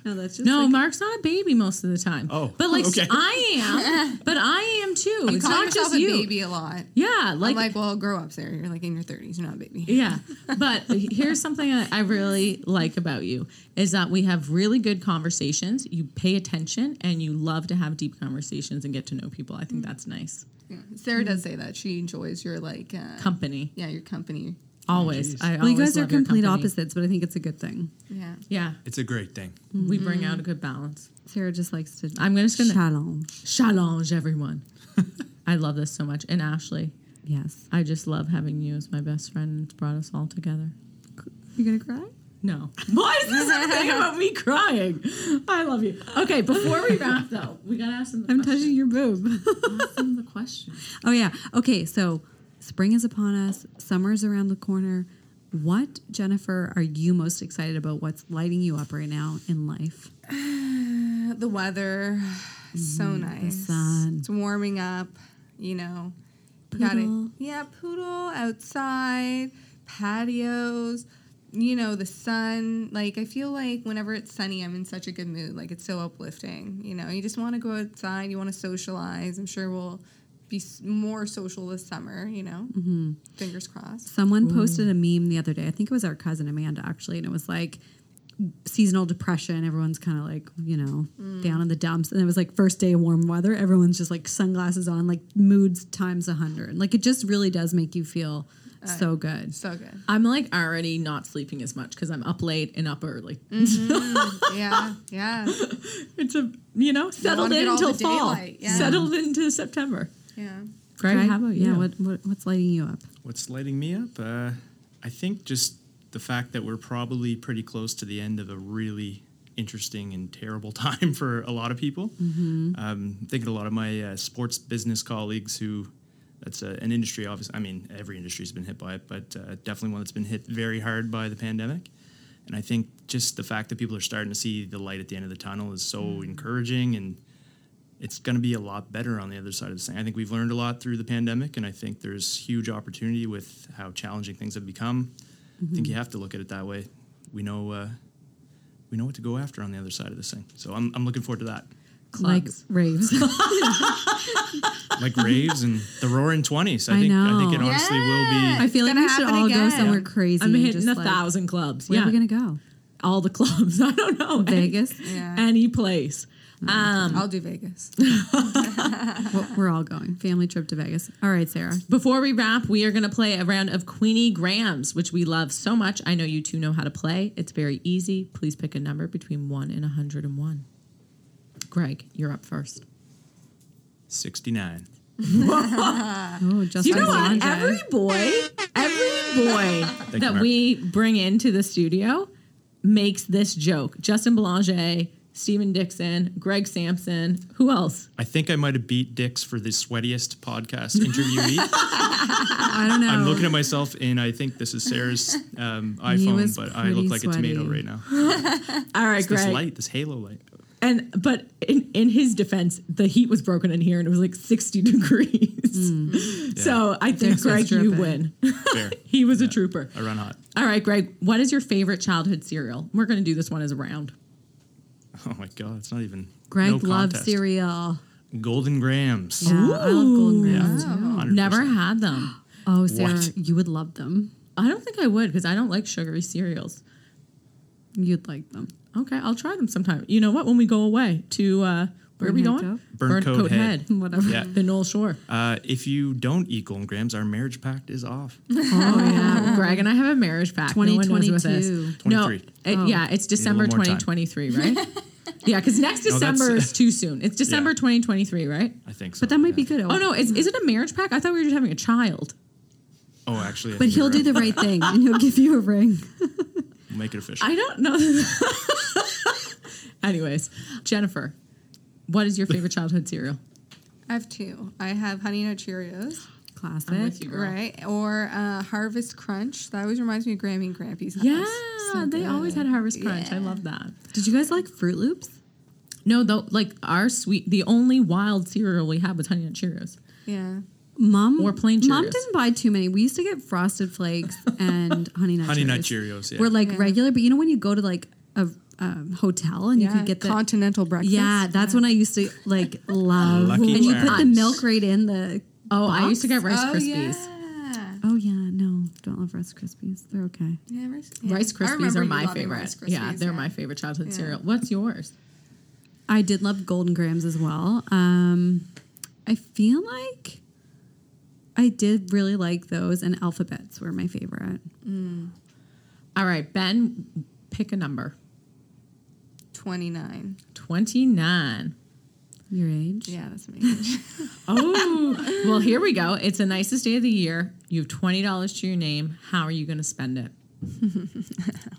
B: No, that's just
A: No,
B: like-
A: Mark's not a baby most of the time.
C: Oh,
A: but like
C: okay.
A: I am, but I am too.
D: You
A: it's
D: call
A: not
D: yourself
A: just
D: a
A: you.
D: baby a lot.
A: Yeah,
D: Like,
A: like,
D: like, well, grow up, Sarah. You're like in your 30s. You're not a baby.
A: yeah. But here's something I, I really like about you is that we have really good conversations. You pay attention and you love to have deep conversations and get to know people. I think that's nice.
D: Yeah. Sarah does say that she enjoys your like, uh,
A: Company
D: yeah, your company.
A: always. I
B: well, you
A: always
B: guys are
A: love your
B: complete
A: company.
B: opposites, but I think it's a good thing.
D: Yeah.
A: Yeah,
C: It's a great thing.
A: we bring out a good balance.
B: Sarah just likes to.
A: I'm just gonna
B: Shalom.
A: challenge everyone. I love this so much. And Ashley,
B: Yes.
A: I just love having you as my best friend. and It's brought us all together.
B: You gonna cry?
A: No. Why is this a thing about me crying? I love you. Okay, before we wrap though, we gotta ask them the
B: I'm
A: question.
B: touching your boob.
A: ask them the question.
B: oh yeah. Okay. So spring is upon us. Summer's around the corner. What, Jennifer, are you most excited about? What's lighting you up right now in life?
D: Uh, The weather, so nice.
B: sun.
D: It's warming up, you know.
B: Poodle.
D: Yeah, poodle outside, patios, you know, the sun. Like, I feel like whenever it's sunny, I'm in such a good mood. Like, it's so uplifting. You know, you just want to go outside, you want to socialize. I'm sure we'll be s- more social this summer, you know. Mm-hmm. Fingers crossed.
B: Someone posted a meme the other day. I think it was our cousin Amanda actually, and it was like seasonal depression. Everyone's kind of like you know
A: Mm.
B: down in the dumps, and it was like first day of warm weather. Everyone's just like sunglasses on, like moods times a hundred. Like it just really does make you feel
A: Uh,
B: so good.
D: So good.
A: I'm like already not sleeping as much because I'm up late and up early.
D: Yeah, yeah,
A: It's a you know settled
D: wanna
A: in
D: get all
A: until
D: the
A: fall,
D: daylight, yeah.
A: settled into September.
D: yeah.
A: Greg,
B: Right?
A: how about
B: Yeah.
A: you?
B: What, what what's lighting you up?
C: What's lighting me up? Uh, I think just the fact that we're probably pretty close to the end of a really interesting and terrible time for a lot of people.
B: Mm-hmm.
C: Um, thinking a lot of my uh, sports business colleagues who, that's uh, an industry, obviously, I mean, every industry's been hit by it, but uh, definitely one that's been hit very hard by the pandemic. And I think just the fact that people are starting to see the light at the end of the tunnel is so
B: Mm.
C: encouraging and it's going to be a lot better on the other side of this thing. I think we've learned a lot through the pandemic, and I think there's huge opportunity with how challenging things have become. I
B: Mm-hmm.
C: think you have to look at it that way. We know uh, we know what to go after on the other side of this thing. So I'm, I'm looking forward to that.
A: Clubs.
B: Like raves.
C: Like raves and the roaring twenties. I,
B: I
C: think I think
B: know.
C: it honestly will be
B: I feel like
D: gonna
B: we should
D: happen
B: all go
D: again.
B: somewhere crazy.
A: I'm
B: and
A: hitting
B: just,
A: a
B: like,
A: thousand clubs.
B: Where
A: yeah,
B: are we gonna go?
A: all the clubs. I don't know
B: Vegas.
A: any,
D: Yeah.
A: any place. Um,
D: I'll do Vegas.
B: Well, We're all going family trip to Vegas. All right, Sarah.
A: Before we wrap, we are going to play a round of Queenie Grams, which we love so much. I know you two know how to play. It's very easy. Please pick a number between 1 and 101. Greg, you're up first.
C: sixty nine.
B: Oh, just
A: You know what?
B: Alexandra.
A: Every boy, every boy
C: you,
A: that
C: Mark.
A: we bring into the studio makes this joke. Justin Belanger, Stephen Dixon, Greg Sampson. Who else?
C: I think I might have beat Dix for the sweatiest podcast interviewee.
B: I don't know.
C: I'm looking at myself, and I think this is Sarah's um, iPhone,
B: was
C: but I
B: pretty
C: look like a tomato
B: sweaty.
C: right now.
A: All right,
C: This
A: Greg.
C: light, this halo light.
A: And but in, in his defense, the heat was broken in here and it was like 60 degrees.
B: Hmm.
A: So I think
B: Dick's was
A: Greg, you
B: dripping.
A: win.
C: Fair.
A: he was a trooper.
C: I run hot.
A: All right, Greg, what is your favorite childhood cereal? We're gonna do this one as a round.
C: Oh my god, it's not even.
B: Greg
C: no
B: loves
C: contest.
B: cereal.
C: Golden grams.
B: Yeah, I love golden grams.
C: Yeah, 100%.
A: Never had them.
B: Oh, Sarah,
C: What?
B: you would love them.
A: I don't think I would because I don't like sugary cereals.
B: You'd like them.
A: Okay, I'll try them sometime. You know what? When we go away to uh, where are we
B: Burnt Head
A: going?
B: Cove?
C: Burnt Cove
A: Cove
C: Head.
B: Whatever.
C: Yeah.
A: the Knoll Shore.
C: Uh, if you don't eat golden grams, our marriage pact is off.
A: Oh yeah, Greg and I have a marriage pact. No one knows about this.
B: 2022.
A: No,
C: 23.
A: it-
B: Oh.
A: yeah, it's December
C: more time.
A: 2023, right? yeah, because next
C: No, that's-
A: December is too soon. It's December 2023, right?
C: I think so.
B: But that might be
C: yeah.
B: good.
A: Oh no, it's, is it a marriage pact? I thought we were just having a child.
C: Oh, actually. I
B: But
C: think
B: he'll
C: you're
B: do
C: right.
B: the right thing and he'll give you a ring.
C: We'll make it official.
A: I don't know. Anyways, Jennifer, What is your favorite childhood cereal?
D: I have two. I have Honey Nut Cheerios,
B: Classic.
A: I'm with you, girl.
D: right? Or uh, Harvest Crunch. That always reminds me of Grammy and Grampy's house.
A: Yeah,
D: So
A: they always
D: good.
A: had Harvest Crunch. I
D: Yeah.
A: love that.
B: Did you guys like Fruit Loops?
A: No, though, like our sweet, the only wild cereal we had was Honey Nut Cheerios.
D: Yeah.
B: Mom
A: Or plain
B: Mom
A: Cheerios.
B: didn't buy too many. We used to get Frosted Flakes and Honey Nut
C: Honey
B: Cheerios.
C: Nut Cheerios, yeah.
B: Were like
D: Yeah.
B: regular, but you know when you go to like a um, hotel and you
D: Yeah,
B: could get the
D: continental breakfast.
B: yeah, that's when I used to like love.
C: Lucky
B: and you put the
A: Charms.
B: milk right in the.
A: Oh, I used to get Rice
D: oh,
A: Krispies.
D: Yeah.
B: Oh yeah, no, don't love Rice Krispies. They're okay.
D: Yeah, Rice, yeah.
A: Rice
D: I
A: Krispies
D: remember
A: are
D: you
A: my
D: loving
A: favorite.
D: Rice
A: yeah,
D: Krispies,
A: they're my favorite childhood
D: Yeah.
A: cereal. What's yours?
B: I did love Golden Grams as well. Um, I feel like I did really like those, and Alphabets were my favorite.
A: All right, Ben, pick a number.
D: 29.
A: 29.
B: Your age?
D: Yeah, that's me.
A: Oh, well, here we go. It's the nicest day of the year. You have $20 to your name. How are you going to spend it?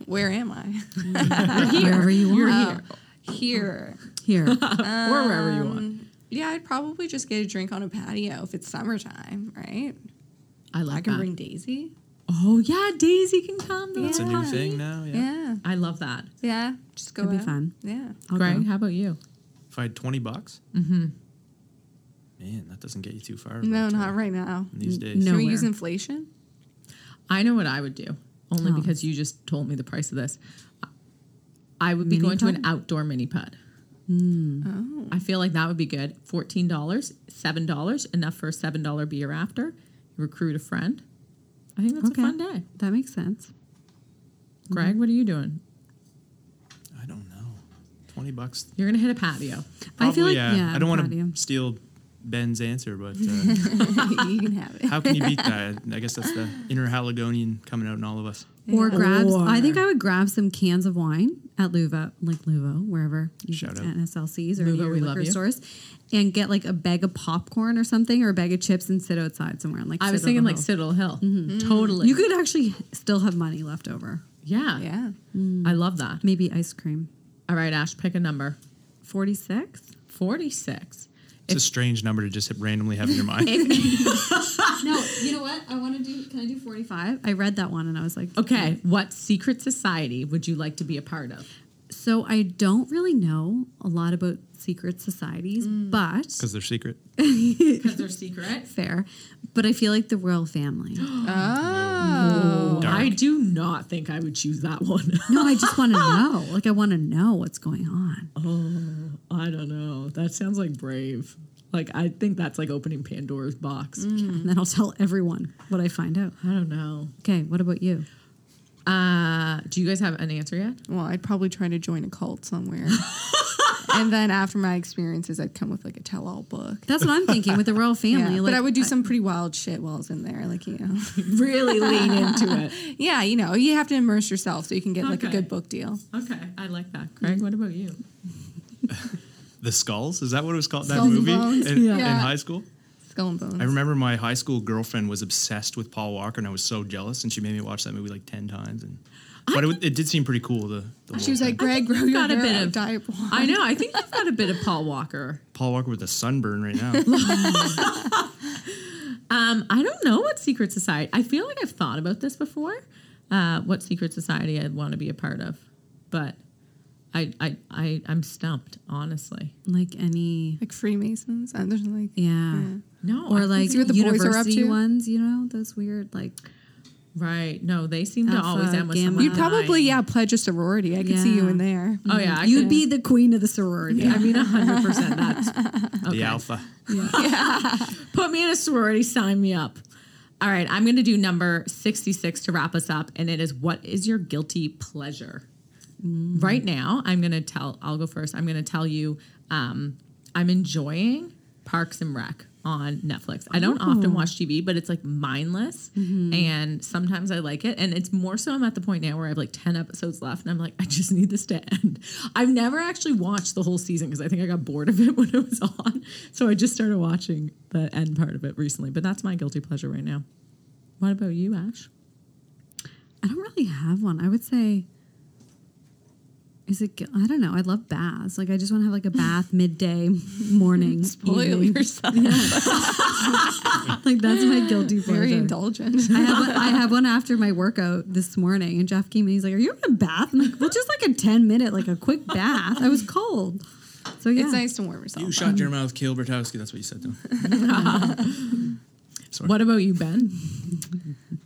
D: Where am I?
B: Wherever you
A: You're
B: are.
A: here.
D: Here.
B: Here.
A: or wherever
D: Um,
A: you want.
D: Yeah, I'd probably just get a drink on a patio if it's summertime, right?
A: I like
D: I can
A: that.
D: bring Daisy.
A: oh, yeah, Daisy can come. Though.
C: It's a new thing now. Yeah.
D: Yeah.
A: I love that.
D: Yeah. Just go
B: Could be
D: out.
B: fun.
D: Yeah.
B: I'll
A: Greg,
B: go.
A: how about you?
C: If I had 20 bucks,
B: Mm-hmm.
C: man, that doesn't get you too far.
D: No,
C: but, uh,
D: not right now.
C: These days.
B: no.
D: Can we
B: Nowhere.
D: use inflation?
A: I know what I would do, only
B: Oh.
A: because you just told me the price of this. I would be
B: Mini Hmm.
A: going to an
B: pod?
A: outdoor mini pod.
D: Oh.
A: I feel like that would be good. Fourteen dollars, seven dollars, enough for a seven dollar beer after. You recruit a friend. I think that's
B: Okay. Mm-hmm.
A: a fun day.
B: That makes sense.
A: Greg, what are you doing?
C: I don't know. 20 bucks.
A: You're gonna hit a patio.
C: Probably,
B: I feel like
C: yeah. I don't want
B: patio.
C: to steal Ben's answer, but uh,
D: you can have it.
C: how can you beat that? I guess that's the inner Haligonian coming out in all of us.
B: Or
D: Yeah.
B: grab. I think
A: Or-
B: I would grab some cans of wine at Luvo, like Luvo, wherever you
C: Shout
B: get
C: out.
B: at SLCs or
A: Luvo,
B: any of your
A: we love
B: liquor
A: you.
B: stores, and get like a bag of popcorn or something, or a bag of chips, and sit outside somewhere. And like
A: I
B: sit
A: was
B: on
A: thinking
B: the
A: like
B: hill. Mm-hmm.
A: Citadel Hill. Totally.
B: you could actually still have money left over.
A: yeah.
D: Yeah.
A: I love that.
B: Maybe ice cream.
A: All right, Ash, pick a number.
B: Forty six.
A: Forty six.
C: It's a strange number to just randomly have in your mind.
B: no, you know what? I want to do. Can I do forty five? I read that one and I was like,
A: Okay. What secret society would you like to be a part of?
B: So I don't really know a lot about secret societies, but
C: Because they're secret.
A: Because they're secret.
B: fair. But I feel like the royal family.
C: Dark.
A: I do not think I would choose that one.
B: No, I just want to know. Like, I want to know what's going on.
A: I don't know. That sounds like brave. Like I think that's like opening Pandora's box.
B: And then I'll tell everyone what I find out.
A: I don't know.
B: Okay, what about you?
A: Uh, do you guys have an answer yet?
D: Well, I'd probably try to join a cult somewhere. and then after my experiences, I'd come with like a tell all book.
B: That's what I'm thinking with the royal
D: Yeah.
B: family.
D: but I
B: like,
D: would do some pretty wild shit while I was in there. Like, you know.
A: Really lean into it.
D: yeah, you know, you have to immerse yourself so you can get like a
A: Okay.
D: good book deal.
A: Okay, I like that. Craig, what about you?
C: The Skulls? Is that what it was called? That
D: Skulls and
C: movie
D: Bones.
C: in,
D: Yeah.
C: in
D: Yeah.
C: high school?
D: Skull and Bones.
C: I remember my high school girlfriend was obsessed with Paul Walker, and I was so jealous. And she made me watch that movie like ten times. And but it, it did seem pretty cool. The, the
D: She was
C: whole
D: like,
C: thing.
D: Greg,
A: you've
D: grow your
A: got a
D: hair
A: bit
D: out,
A: of-
D: dye it blonde."
A: I know. I think you've got a bit of Paul Walker.
C: Paul Walker with a sunburn right now.
A: Um, I don't know what secret society. I feel like I've thought about this before. Uh, what secret society I'd want to be a part of, but I I I I'm stumped honestly.
B: like any,
D: Like Freemasons. And there's like,
B: yeah.
A: No, I
B: Or
A: think
B: like
D: see what the boys are up
B: university
D: to.
B: ones, you know, those weird, like,
A: Right. No, they seem to
B: Alpha,
A: always end with
B: gamma.
A: someone.
D: you'd probably,
A: dying.
D: yeah, pledge a sorority. I could see you in there.
A: Oh yeah, I
B: you'd
A: could-
B: be the queen of the sorority.
A: I mean, hundred percent. That's
C: The alpha.
A: put me in a sorority. Sign me up. All right, I'm going to do number 66 to wrap us up, and it is what is your guilty pleasure? Right now, I'm going to tell. I'll go first. I'm going to tell you. Um, I'm enjoying Parks and Rec on Netflix. I don't often watch TV, but it's like mindless, and sometimes I like it. And it's more so. I'm at the point now where I have like ten episodes left, and I'm like, I just need this to end. I've never actually watched the whole season because I think I got bored of it when it was on, so I just started watching the end part of it recently. But that's my guilty pleasure right now. What about you, Ash?
B: I don't really have one. I would say Is it? gu- I don't know. I love baths. Like I just want to have like a bath midday, morning,
D: Spoil
B: evening.
D: yourself.
B: Like that's my guilty pleasure.
D: Very indulgent.
B: I had, one, I had one after my workout this morning, and Jeff came in. He's like, "Are you in a bath?" I'm like, "Well, just like a ten minute, like a quick bath. I was cold, so yeah."
D: It's nice to warm yourself.
C: You shot your mouth, Kill Bertowski. That's what you said to him.
A: What about you, Ben?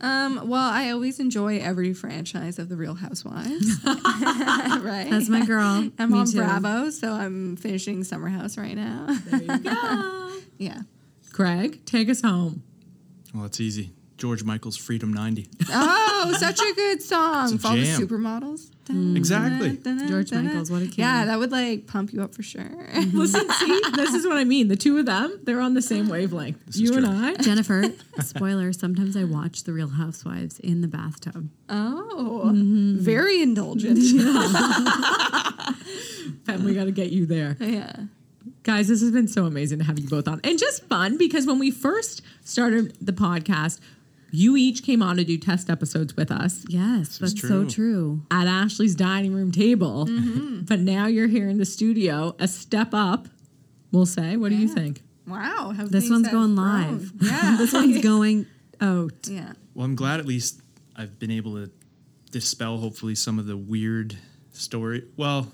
D: Um, well, I always enjoy every franchise of The Real Housewives. right?
B: That's my girl.
D: I'm
B: Me
D: on
B: too.
D: Bravo, so I'm finishing Summer House right now. yeah.
A: Greg, take us home.
C: Well, it's easy. George Michael's Freedom 90.
D: Oh, such a good song.
C: It's a
D: For all the
C: jam.
D: supermodels.
C: Exactly.
B: George Michael's, what a king.
D: Yeah, that would like pump you up for sure.
A: Listen, see, this is what I mean. The two of them, they're on the same wavelength.
C: This is
A: you and
C: true.
A: I.
B: Jennifer, spoiler, sometimes I watch The Real Housewives in the bathtub.
D: Oh, very indulgent.
A: And we got to get you there.
D: yeah.
A: Guys, this has been so amazing to have you both on and just fun because when we first started the podcast, you each came on to do test episodes with us
B: Yes, that's so
C: true.
B: true.
A: at Ashley's dining room table.
C: Mm-hmm.
A: But now you're here in the studio, a step up, we'll say. What do you
D: Yeah.
A: think?
D: Wow. have
B: This
D: things
B: one's
D: have
B: going
D: grown.
B: live.
D: Yeah.
B: this one's going out.
D: yeah.
C: Well, I'm glad at least I've been able to dispel hopefully some of the weird story. Well,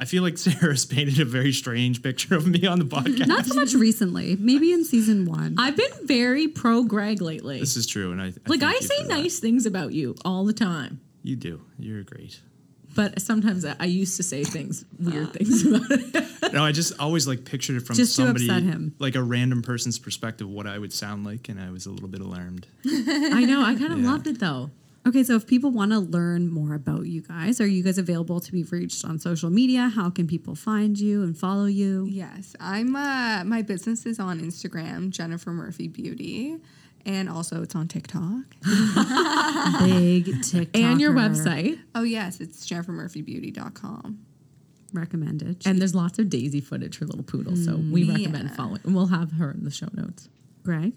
C: I feel like Sarah's painted a very strange picture of me on the podcast.
B: Not so much recently, maybe in season one.
A: I've been very pro Greg lately.
C: This is true, and I, I
A: like,
C: thank
A: I
C: you
A: say
C: for that.
A: nice things about you all the time.
C: You do. You're great.
A: But sometimes I, I used to say things,
C: Ah.
A: weird things about it.
C: No, I just always like pictured it from
B: Just to
C: somebody
B: upset him.
C: like a random person's perspective what I would sound like, and I was a little bit alarmed.
A: I know. I kind of
C: Yeah.
A: loved it though.
B: Okay, so if people want to learn more about you guys, are you guys available to be reached on social media? How can people find you and follow you?
D: Yes, I'm. Uh, my business is on Instagram, Jennifer Murphy Beauty, and also it's on TikTok.
B: Big TikTok
A: And your website.
D: Oh yes, it's jennifermurphybeauty.com.
B: recommended. And
A: And there's lots of daisy footage for little poodles. So we
B: Mm,
A: recommend
D: yeah.
A: following. And we'll have her in the show notes.
B: Greg,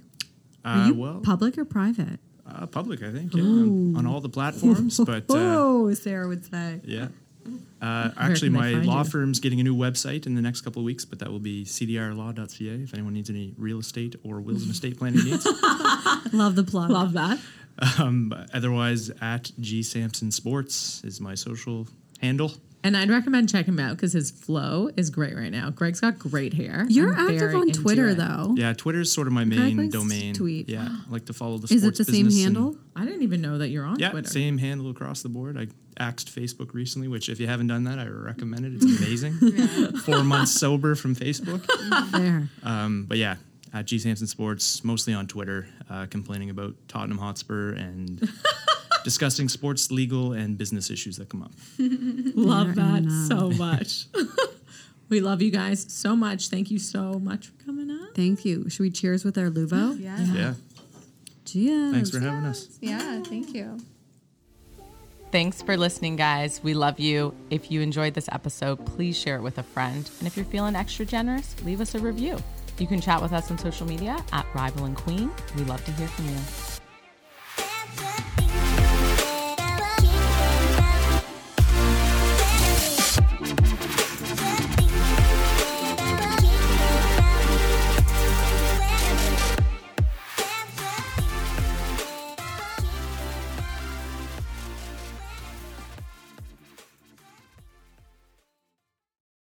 C: Uh,
B: you
C: well,
B: public or private?
C: uh, public, I think, yeah, on, on all the platforms, but uh,
B: oh, Sarah would say.
C: yeah.
B: Mm.
C: Uh, actually,
A: can they
C: my
A: find
C: law
A: you?
C: firm's getting a new website in the next couple of weeks, but that will be cdrlaw.ca if anyone needs any real estate or wills and estate planning needs.
B: Love the plug.
A: Love that.
C: Um, otherwise, at G Sampson Sports is my social handle.
A: And I'd recommend checking him out because his flow is great right now. Greg's got great hair.
B: You're
A: I'm
B: active
A: very
B: on
A: into
B: Twitter,
A: it.
B: though.
C: Yeah, Twitter's sort of my
B: Greg
C: main
B: likes to
C: domain.
B: tweet.
C: Yeah, I like to follow the
B: Is it
C: sports
B: the same
C: business and-
B: handle?
A: I didn't even know that you're on
C: yeah,
A: Twitter.
C: same handle across the board. I axed Facebook recently, which if you haven't done that, I recommend it. It's amazing. Four months sober from Facebook.
B: There.
C: Um, but yeah, at G Sampson Sports, mostly on Twitter, uh, complaining about Tottenham Hotspur and discussing sports, legal, and business issues that come up.
A: Love
B: They're
A: that
B: in love.
A: so much. we love you guys so much. Thank you so much for coming on.
B: Thank you. Should we cheers with our Luvo?
D: Yeah.
C: Yeah.
B: Cheers.
C: Thanks for having us.
D: Yeah. Thank you.
E: Thanks for listening, guys. We love you. If you enjoyed this episode, please share it with a friend. And if you're feeling extra generous, leave us a review. You can chat with us on social media at Rival and Queen. We love to hear from you.